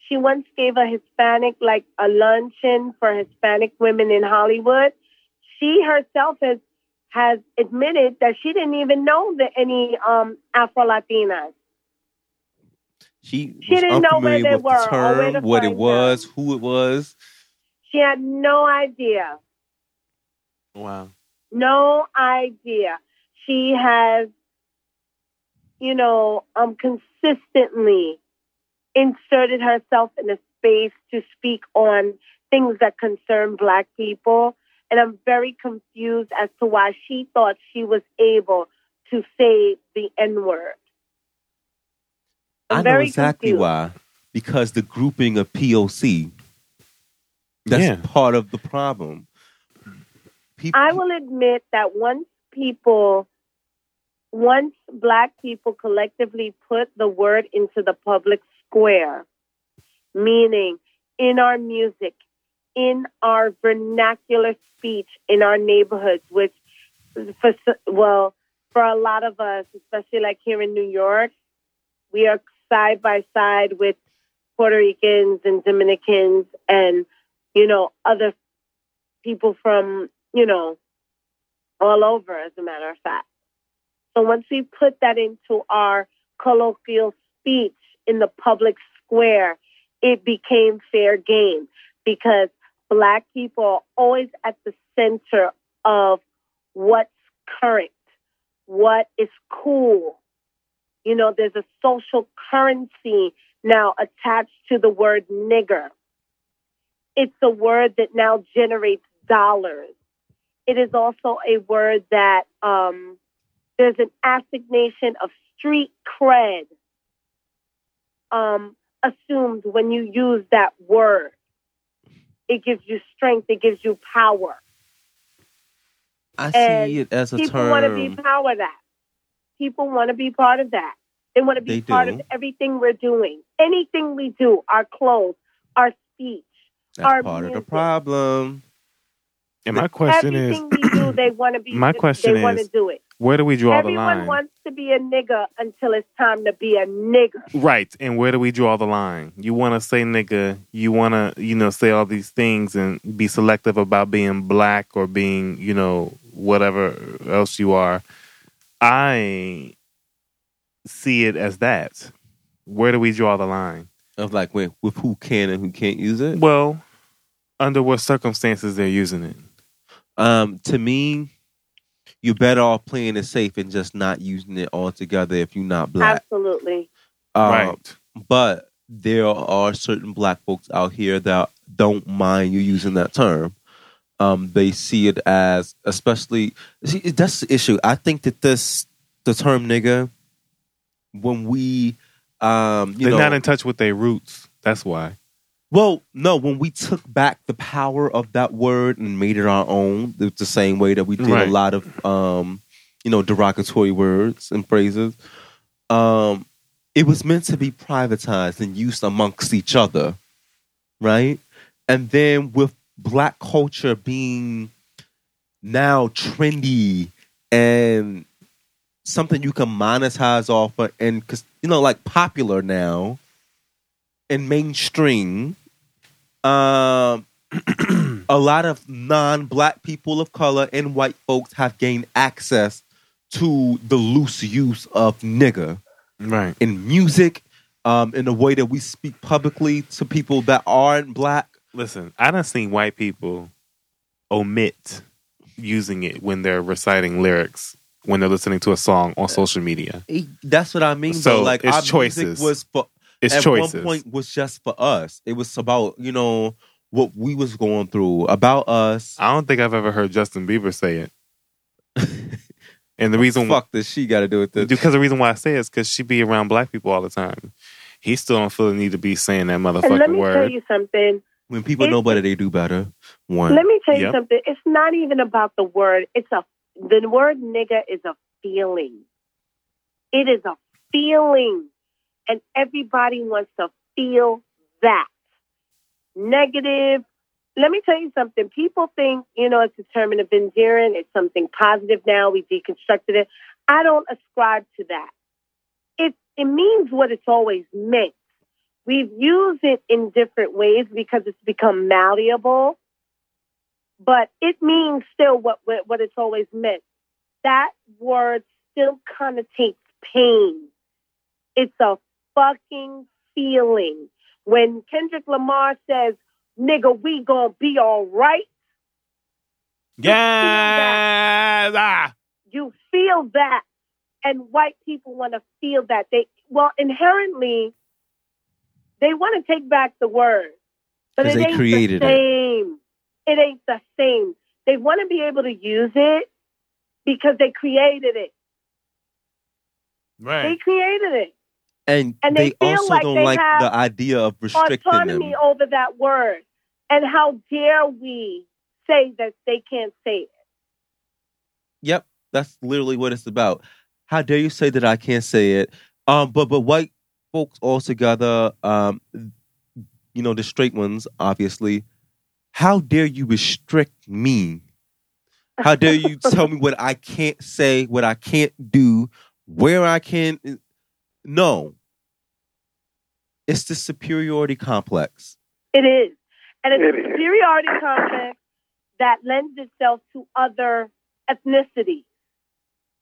She once gave a Hispanic, like a luncheon for Hispanic women in Hollywood. She herself has has admitted that she didn't even know that any um, Afro Latinas. She, She was didn't know where unfamiliar they with were the or where term, to what it find was, who it was. She had no idea. Wow. No idea. She has, you know, um, consistently inserted herself in a space to speak on things that concern Black people. And I'm very confused as to why she thought she was able to say the N word. I know exactly why. Because the grouping of POC, that's Yeah. part of the problem. People, I will admit that once people, once black people collectively put the word into the public square, meaning in our music, in our vernacular speech, in our neighborhoods, which for s- well, for a lot of us, especially like here in New York, we are side by side with Puerto Ricans and Dominicans and you know other people from you know, all over, as a matter of fact. So once we put that into our colloquial speech in the public square, it became fair game because black people are always at the center of what's current, what is cool. You know, there's a social currency now attached to the word nigger. It's a word that now generates dollars it is also a word that um, there's an assignation of street cred um, assumed when you use that word. It gives you strength, it gives you power. I and see it as a People want to be term. power that. People want to be part of that. They want to be They part do. of everything we're doing. Anything we do, our clothes, our speech, our That's part of the music. problem. And my question is, everything we do, they want to be. My question they want to is, do it. where do we draw Everyone the line? wants to be a nigger until it's time to be a nigger. Right. And where do we draw the line? You want to say nigga, you want to, you know, say all these things and be selective about being black or being, you know, whatever else you are. I see it as that. Where do we draw the line? Of like, with, with who can and who can't use it. Well, under what circumstances they're using it. Um, to me, you're better off playing it safe and just not using it altogether if you're not black. Absolutely. Um, right. But there are certain black folks out here that don't mind you using that term. Um, they see it as, especially, see, that's the issue. I think that this, the term nigga, when we, um, you They're know, not in touch with their roots. That's why. well, no, when we took back the power of that word and made it our own, the, the same way that we did Right. a lot of, um, you know, derogatory words and phrases, um, it was meant to be privatized and used amongst each other, right? And then with black culture being now trendy and something you can monetize off of, and because you know, like popular now and mainstream. Um, a lot of non-black people of color and white folks have gained access to the loose use of nigger Right. in music, um, in the way that we speak publicly to people that aren't black. Listen, I done seen white people omit using it when they're reciting lyrics when they're listening to a song on social media. That's what I mean. So, though. like it's our music choices. was for It's at choices. one point was just for us. It was about you know what we was going through, about us. I don't think I've ever heard Justin Bieber say it. and the reason why, Fuck this, she got to do with this. because the reason why I say it is because she be around black people all the time. He still don't feel the need to be saying that And let motherfucking me tell word. you something. When people know better, they do better. One. Let me tell you Yep. something. It's not even about the word. It's a the word nigga is a feeling. It is a feeling. And everybody wants to feel that. Negative. Let me tell you something. People think, you know, it's a term of endearing. It's something positive now. We deconstructed it. I don't ascribe to that. It, it means what it's always meant. We've used it in different ways because it's become malleable, but it means still what, what, what it's always meant. That word still connotates pain. It's a fucking feeling. When Kendrick Lamar says, nigga, we gonna be all right. you feel that. Yes. Ah. You feel that. And white people want to feel that. They, well, inherently, they want to take back the word. But 'Cause it they ain't created it. the same. It. ain't the same. They want to be able to use it because they created it. They Right. created it. And, And they, they feel also like don't they like have the idea of restricting them. Autonomy over that word. And how dare we say that they can't say it? Yep, that's literally what it's about. How dare you say that I can't say it? Um, but but white folks altogether, um, you know, the straight ones, obviously. How dare you restrict me? How dare you tell me what I can't say, what I can't do, where I can? No, it's the superiority complex. It is. And it's It a is. superiority complex that lends itself to other ethnicities.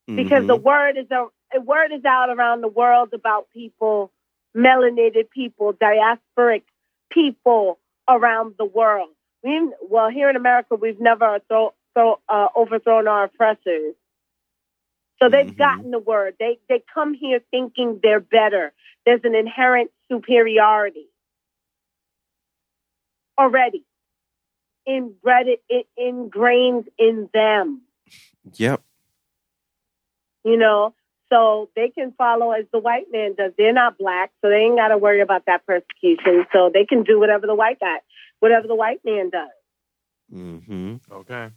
because the word is a, a word is out around the world about people, melanated people, diasporic people around the world. We well here in America we've never throw, throw, uh, overthrown our oppressors, so they've Mhm. gotten the word. They they come here thinking they're better. There's an inherent superiority already inbred it, it ingrained in them Mm-hmm. yep, you know. So they can follow as the white man does. They're not black, so they ain't got to worry about that persecution. So they can do whatever the white guy, whatever the white man does. hmm Okay.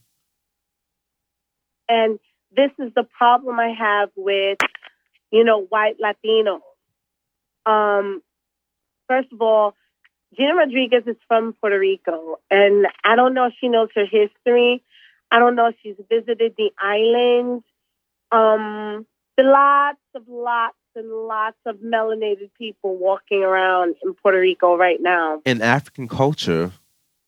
And this is the problem I have with, you know, white Latinos. Um, first of all, Gina Rodriguez is from Puerto Rico, and I don't know if she knows her history. I don't know if she's visited the island. Um, there are lots of lots and lots of melanated people walking around in Puerto Rico right now. in African culture.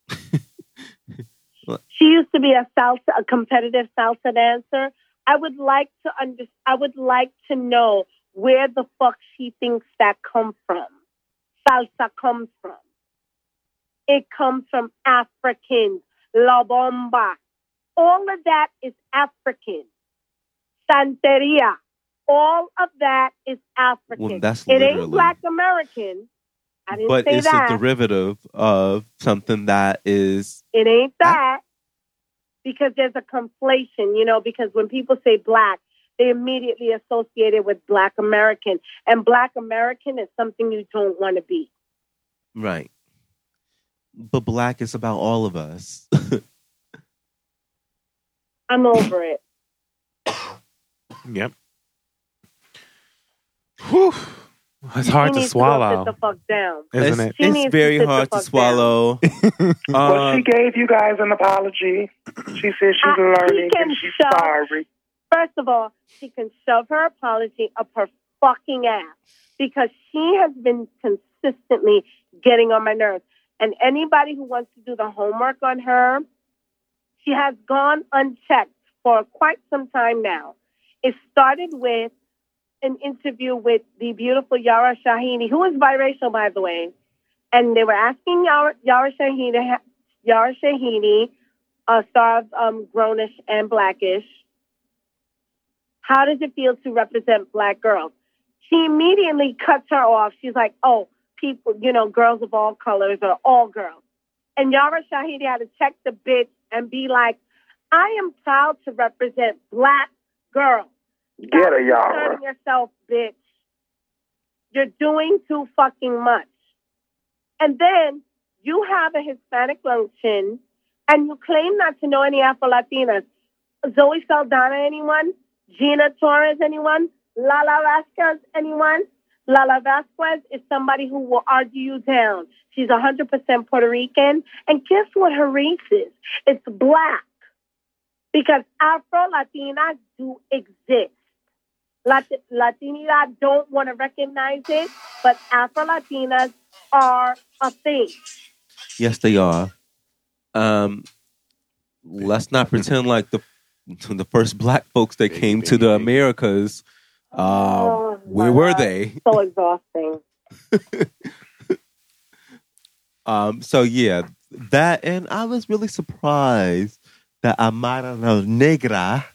She used to be a salsa, a competitive salsa dancer. I would like to under, I would like to know where the fuck she thinks that come from. Salsa comes from. It comes from Africans, la bomba. All of that is African. Santeria. All of that is African. Well, that's it literally- ain't black American. I didn't but say it's that. a derivative of something that is It ain't that because there's a conflation, you know, because when people say black, they immediately associate it with black American. And black American is something you don't want to be. right. But black is about all of us. I'm over it. Yep. Whew. It's hard She to needs go swallow, sit the fuck down. isn't it's it? She needs it's to very sit the hard to fuck down. swallow. Well, Uh, she gave you guys an apology. She said she's I- she learning can and she's shout. sorry. First of all, she can shove her apology up her fucking ass because she has been consistently getting on my nerves. And anybody who wants to do the homework on her, she has gone unchecked for quite some time now. It started with an interview with the beautiful Yara Shahini, who is biracial, by the way. And they were asking Yara, Yara Shahini, to ha- Yara Shahini, a star of um, Grownish and Blackish, how does it feel to represent black girls? She immediately cuts her off. She's like, oh, people, you know, girls of all colors or all girls. And Yara Shahidi had to check the bitch and be like, I am proud to represent black girls. Get Stop her, Yara. concerning yourself, bitch. You're doing too fucking much. And then you have a Hispanic luncheon and you claim not to know any Afro Latinas. Zoe Saldana, anyone? Gina Torres, anyone? Lala Vasquez, anyone? Lala Vasquez is somebody who will argue you down. She's 100% Puerto Rican. And guess what her race is? It's black. Because Afro Latinas do exist. Lat- Latinidad don't want to recognize it, but Afro Latinas are a thing. Yes, they are. Um, let's not pretend like the the first black folks that came to the Americas. Um, Oh, my where were God. they? So exhausting. Um, so yeah, that and I was really surprised that Amara La Negra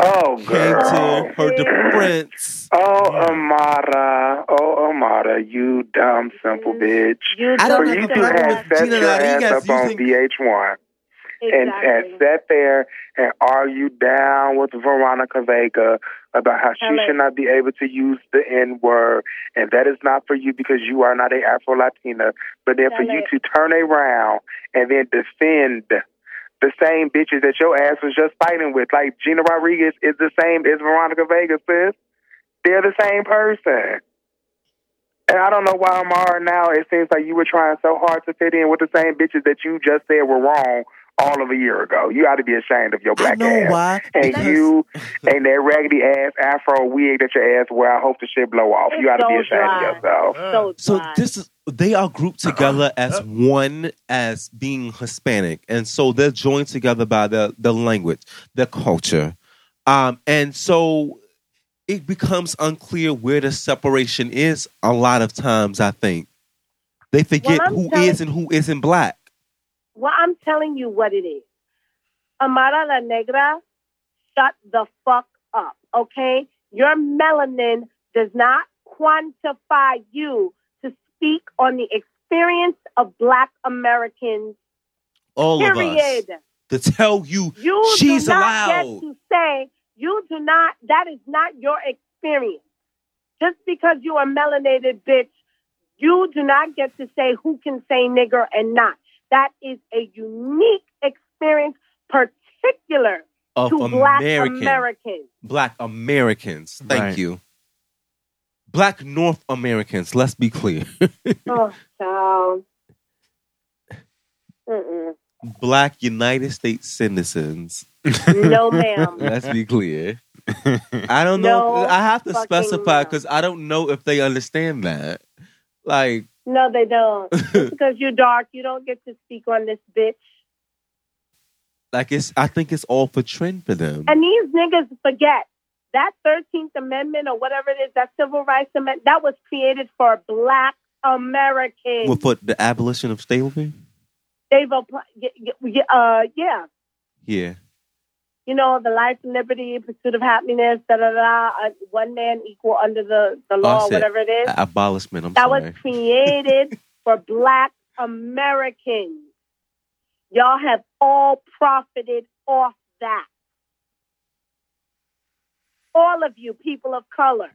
Oh, came girl. to her defense. Oh, Amara. Oh, Amara, you dumb, simple bitch. You I don't For don't have you a two deserve problem had with set Gina your ass Rodriguez. up You on think- VH1 and, Exactly. and sat there and argued down with Veronica Vega about how she Hello. should not be able to use the N word and that is not for you because you are not a Afro Latina. But then for you Hello. to turn around and then defend the same bitches that your ass was just fighting with, like Gina Rodriguez is the same as Veronica Vega, sis. They're the same person. And I don't know why Amara now it seems like you were trying so hard to fit in with the same bitches that you just said were wrong all of a year ago. You ought to be ashamed of your I black know ass. why. And Because- you and that raggedy ass afro wig that your ass wear, I hope the shit blow off. you It's ought to be so ashamed dry. of yourself. So, So dry. this is they are grouped together as one as being Hispanic, and so they're joined together by the the language, the culture, um, and so it becomes unclear where the separation is. A lot of times, I think they forget I'm who telling- is and who isn't black. Well, I'm telling you what it is. Amara La Negra, shut the fuck up, okay? Your melanin does not quantify you to speak on the experience of Black Americans, All of us period. to tell you You She's do not allowed. get to say, you do not, that is not your experience. Just because you are melanated, bitch, you do not get to say who can say nigger and not. That is a unique experience, particular of to black American, Americans. black Americans. Thank Right. you, black North Americans. Let's be clear. oh, so. Mm-mm. black United States citizens. No, ma'am. Let's be clear. I don't know. No I have to fucking specify no. because I don't know if they understand that. Like, No, they don't. Just because you're dark, you don't get to speak on this bitch. like it's. I think it's all for trend for them. And these niggas forget that 13th Amendment or whatever it is, that Civil Rights Amendment, that was created for black Americans. Well, for the abolition of slavery. They've applied, uh, yeah, Yeah. you know, the life, liberty, pursuit of happiness, da da da, uh, one man equal under the, the law, Offset. whatever it is. A- Abolishment. I'm that sorry. was created for black Americans. Y'all have all profited off that. All of you, people of color,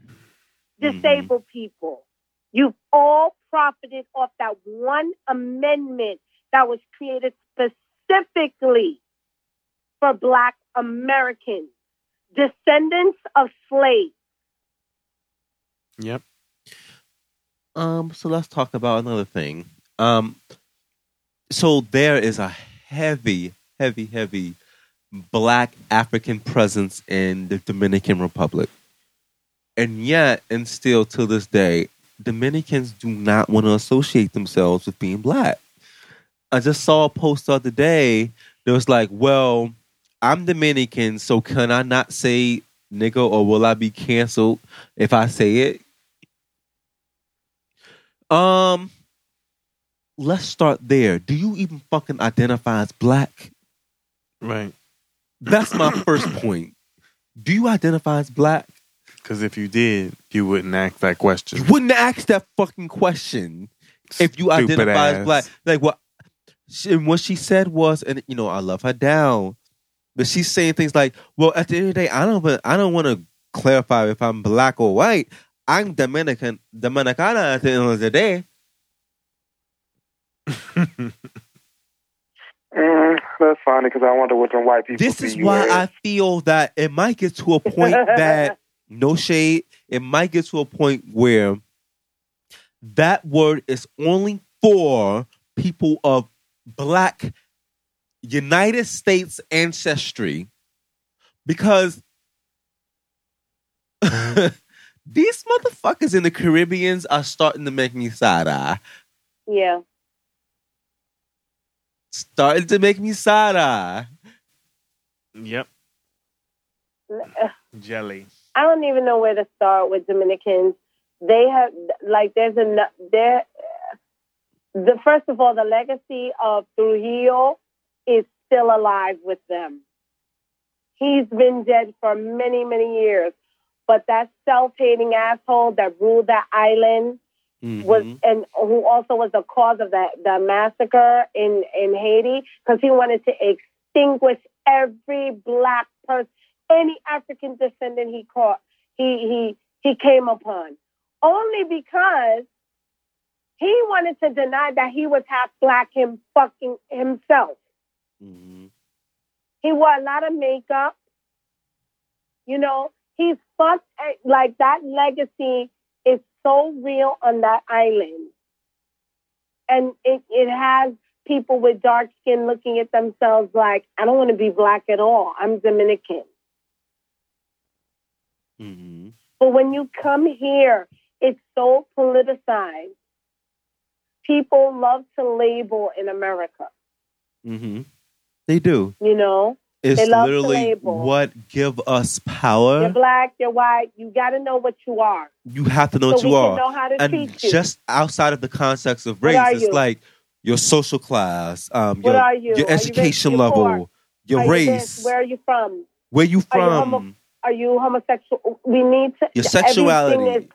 disabled people, you've all profited off that one amendment that was created specifically for black Americans, descendants of slaves. Yep. Um, so let's talk about another thing. Um, so there is a heavy, heavy, heavy black African presence in the Dominican Republic. And yet, and still to this day, Dominicans do not want to associate themselves with being black. I just saw a post the other day that was like, well, I'm Dominican, so can I not say nigga or will I be canceled if I say it? Um, let's start there. Do you even fucking identify as black? Right. That's my first point. Do you identify as black? Because if you did, you wouldn't ask that question. You wouldn't ask that fucking question if you Stupid identify as ass. black. Like what? She, and what she said was, and you know, I love her down, but she's saying things like, "Well, at the end of the day, I don't, wa- I don't want to clarify if I'm black or white. I'm Dominican, Dominicana at the end of the day." Mm, that's funny because I wonder what them white people this see is you why as. I feel that it might get to a point that no shade, it might get to a point where that word is only for people of black United States ancestry because these motherfuckers in the Caribbeans are starting to make me side eye. Yeah. Starting to make me side eye. Yep. Jelly. I don't even know where to start with Dominicans. They have like there's a there. The first of all, the legacy of Trujillo is still alive with them. He's been dead for many many years, but that self-hating asshole that ruled that island Mhm. was and who also was the cause of that the massacre in in Haiti because he wanted to extinguish every black person, any African descendant he caught, he he he came upon, only because he wanted to deny that he was half black him fucking himself. Mhm. He wore a lot of makeup. You know, he's fucked. eh, Like that legacy is so real on that island. And it, it has people with dark skin looking at themselves like, I don't want to be black at all. I'm Dominican. Mhm. But when you come here, it's so politicized. People love to label in America, Mhm. They do. you know? It's They love the literally label. what give us You're power. black, you're white, you got to know what you are. You have to know so what you we are. can know how to and treat you. just outside of the context of What race, are it's you? like your social class, um, What your, are you? your Are you rich? education You level, poor? your Are you race, this? Where where, are you from? you are you from, homo- Are you homosexual? We need to. your everything sexuality. is-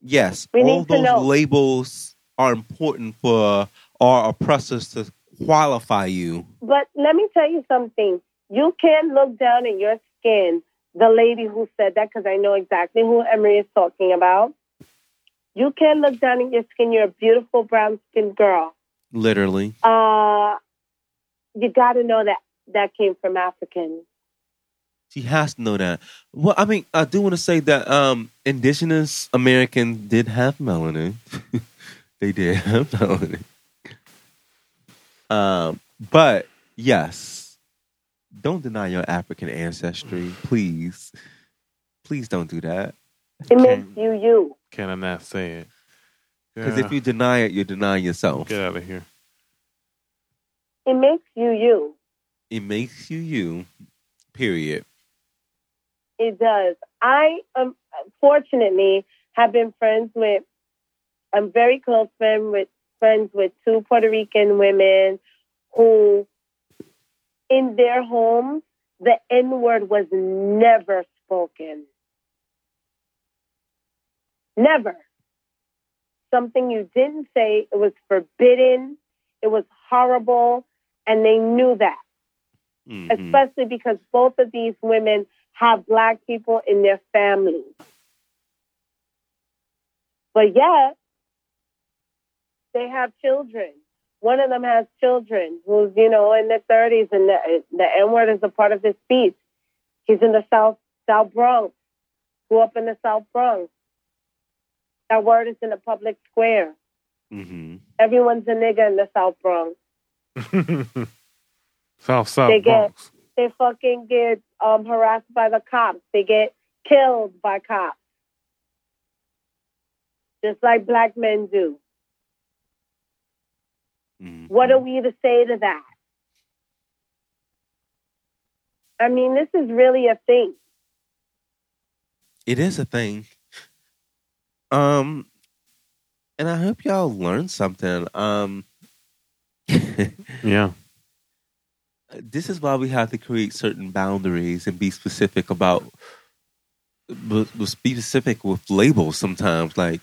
yes, We all need to those know. labels are important for our oppressors to qualify you. but let me tell you something. You can look down in your skin. The lady who said that, because I know exactly who Emery is talking about. You can look down in your skin. You're a beautiful brown skinned girl. Literally, Uh, you got to know that that came from Africans. she has to know that. Well, I mean, I do want to say that um, Indigenous Americans did have melanin. they did have melanin. Um, but yes, don't deny your African ancestry, please. Please don't do that. It Okay. makes you you. Can I not say it? Because Yeah. if you deny it, you're denying yourself. get out of here, It makes you you. It makes you you. Period. It does. I um, fortunately have been friends with. I'm very close friend with friends with two Puerto Rican women who, in their homes, the N word was never spoken. Never. Something you didn't say. It was forbidden. It was horrible, and they knew that Mhm. especially because both of these women have black people in their families. But yet, they have children. One of them has children who's, you know, in their 30s, and the, the N word is a part of his speech. He's in the South, South Bronx, grew up in the South Bronx. That word is in the public square. Mhm. Everyone's a nigga in the South Bronx. South South They get- Bronx. they fucking get um, harassed by the cops. They get killed by cops. Just like black men do. Mhm. What are we to say to that? I mean, this is really a thing. It is a thing. Um, and I hope y'all learned something. Um, Yeah, this is why we have to create certain boundaries and be specific about but but be specific with labels sometimes like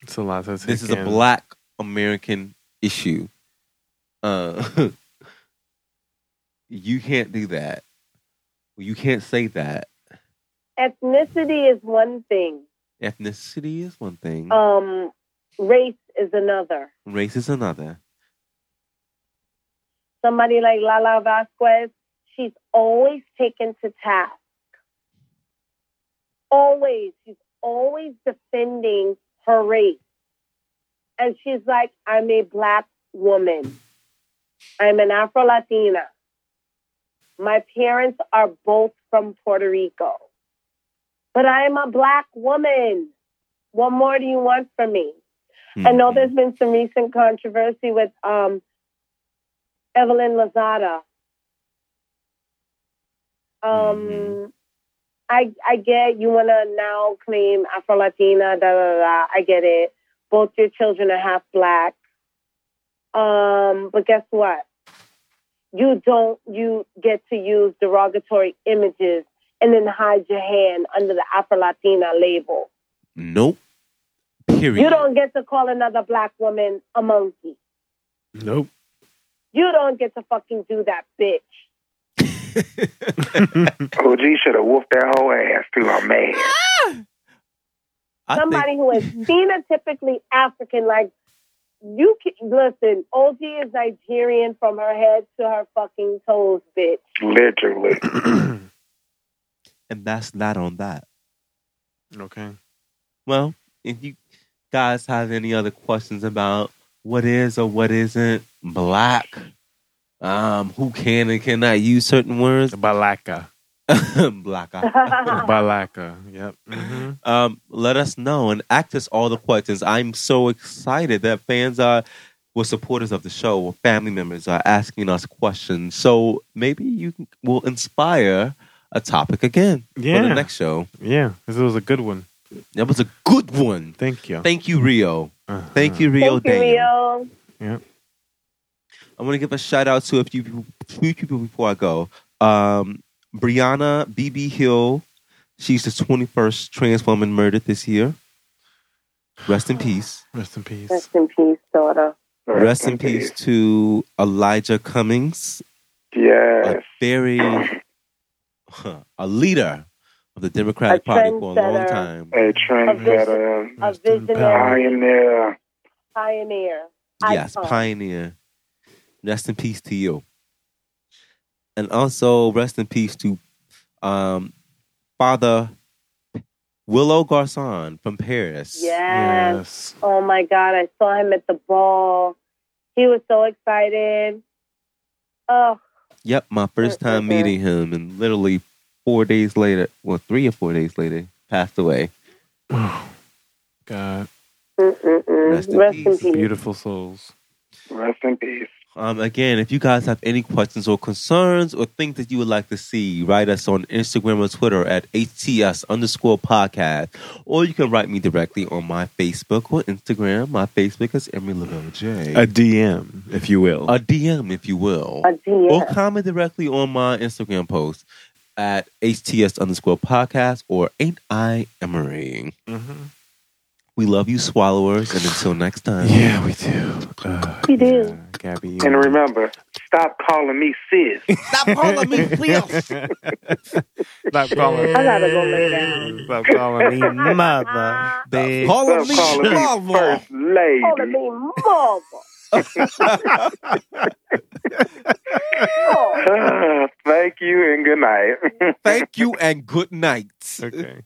it's a lot. To take this is a in. black american issue uh you can't do that you can't say that Ethnicity is one thing. ethnicity is one thing Um, race is another. race is another Somebody like Lala Vasquez, she's always taken to task always, she's always defending her race. And she's like, I'm a black woman. I'm an Afro Latina. My parents are both from Puerto Rico. But I'm a black woman. What more do you want from me? Mm-hmm. I know there's been some recent controversy with um, Evelyn Lozada. Um, I I get you want to now claim Afro Latina, da da da. I get it. Both your children are half black. Um, but guess what? You don't. You get to use derogatory images and then hide your hand under the Afro Latina label. Nope. Period. You don't get to call another black woman a monkey. Nope. You don't get to fucking do that, bitch. OG should have whooped that whole ass too. I'm mad. I think- Somebody who is phenotypically African, like you can listen. OG is Nigerian from her head to her fucking toes, bitch. Literally. and that's not on that. okay. Well, if you guys have any other questions about what is or what isn't black, um, who can and cannot use certain words, Balaka. black. Uh-huh. Balaka. Yep. hmm um, let us know and act us all the questions. I'm so excited that fans are were supporters of the show, or family members are asking us questions. So maybe you can- will inspire a topic again for Yeah. the next show. Yeah. This was a good one. That was a good one. Thank you. Thank you, Rio. Uh-huh. Thank you, Rio. Thank you, Daniel. Rio. I want to give a shout out to a few people, few people before I go. Um, Brianna BB Hill, she's the 21st trans woman murdered this year. Rest in peace. Rest in peace. Rest in peace, daughter. Rest in peace to Elijah Cummings, a Yes. very huh, a leader of the Democratic A Party for a long trendsetter. time. A trendsetter, A Rest in visionary power. pioneer. pioneer. Yes, Icon. pioneer. Rest in peace to you. And also rest in peace to um, Father Willow Garcon from Paris. Yes. Yes. Oh my God, I saw him at the ball. He was so excited. Oh, Yep, my first time Mhm. meeting him, and literally four days later, well, three or four days later, passed away. God. mm-mm-mm. Rest in peace. Beautiful souls. Rest in peace. Um, again, if you guys have any questions or concerns or things that you would like to see, write us on Instagram or Twitter at HTS underscore podcast. Or you can write me directly on my Facebook or Instagram. My Facebook is Emery Lavelle J. A DM, if you will. A DM, if you will. A DM. Or comment directly on my Instagram post at HTS underscore podcast or Ain't I Emery. Mhm. We love you, swallowers. And until next time. Yeah, we do. Uh, We do. yeah, Gabby. you And are- remember, stop calling me sis. Stop calling me, please. Stop calling I gotta go lay down. Stop calling me mother, bitch. calling Stop me, calling me Shlomo. first lady. Oh, to be mobile. Ah, Thank you and good night. Thank you and good night. Okay.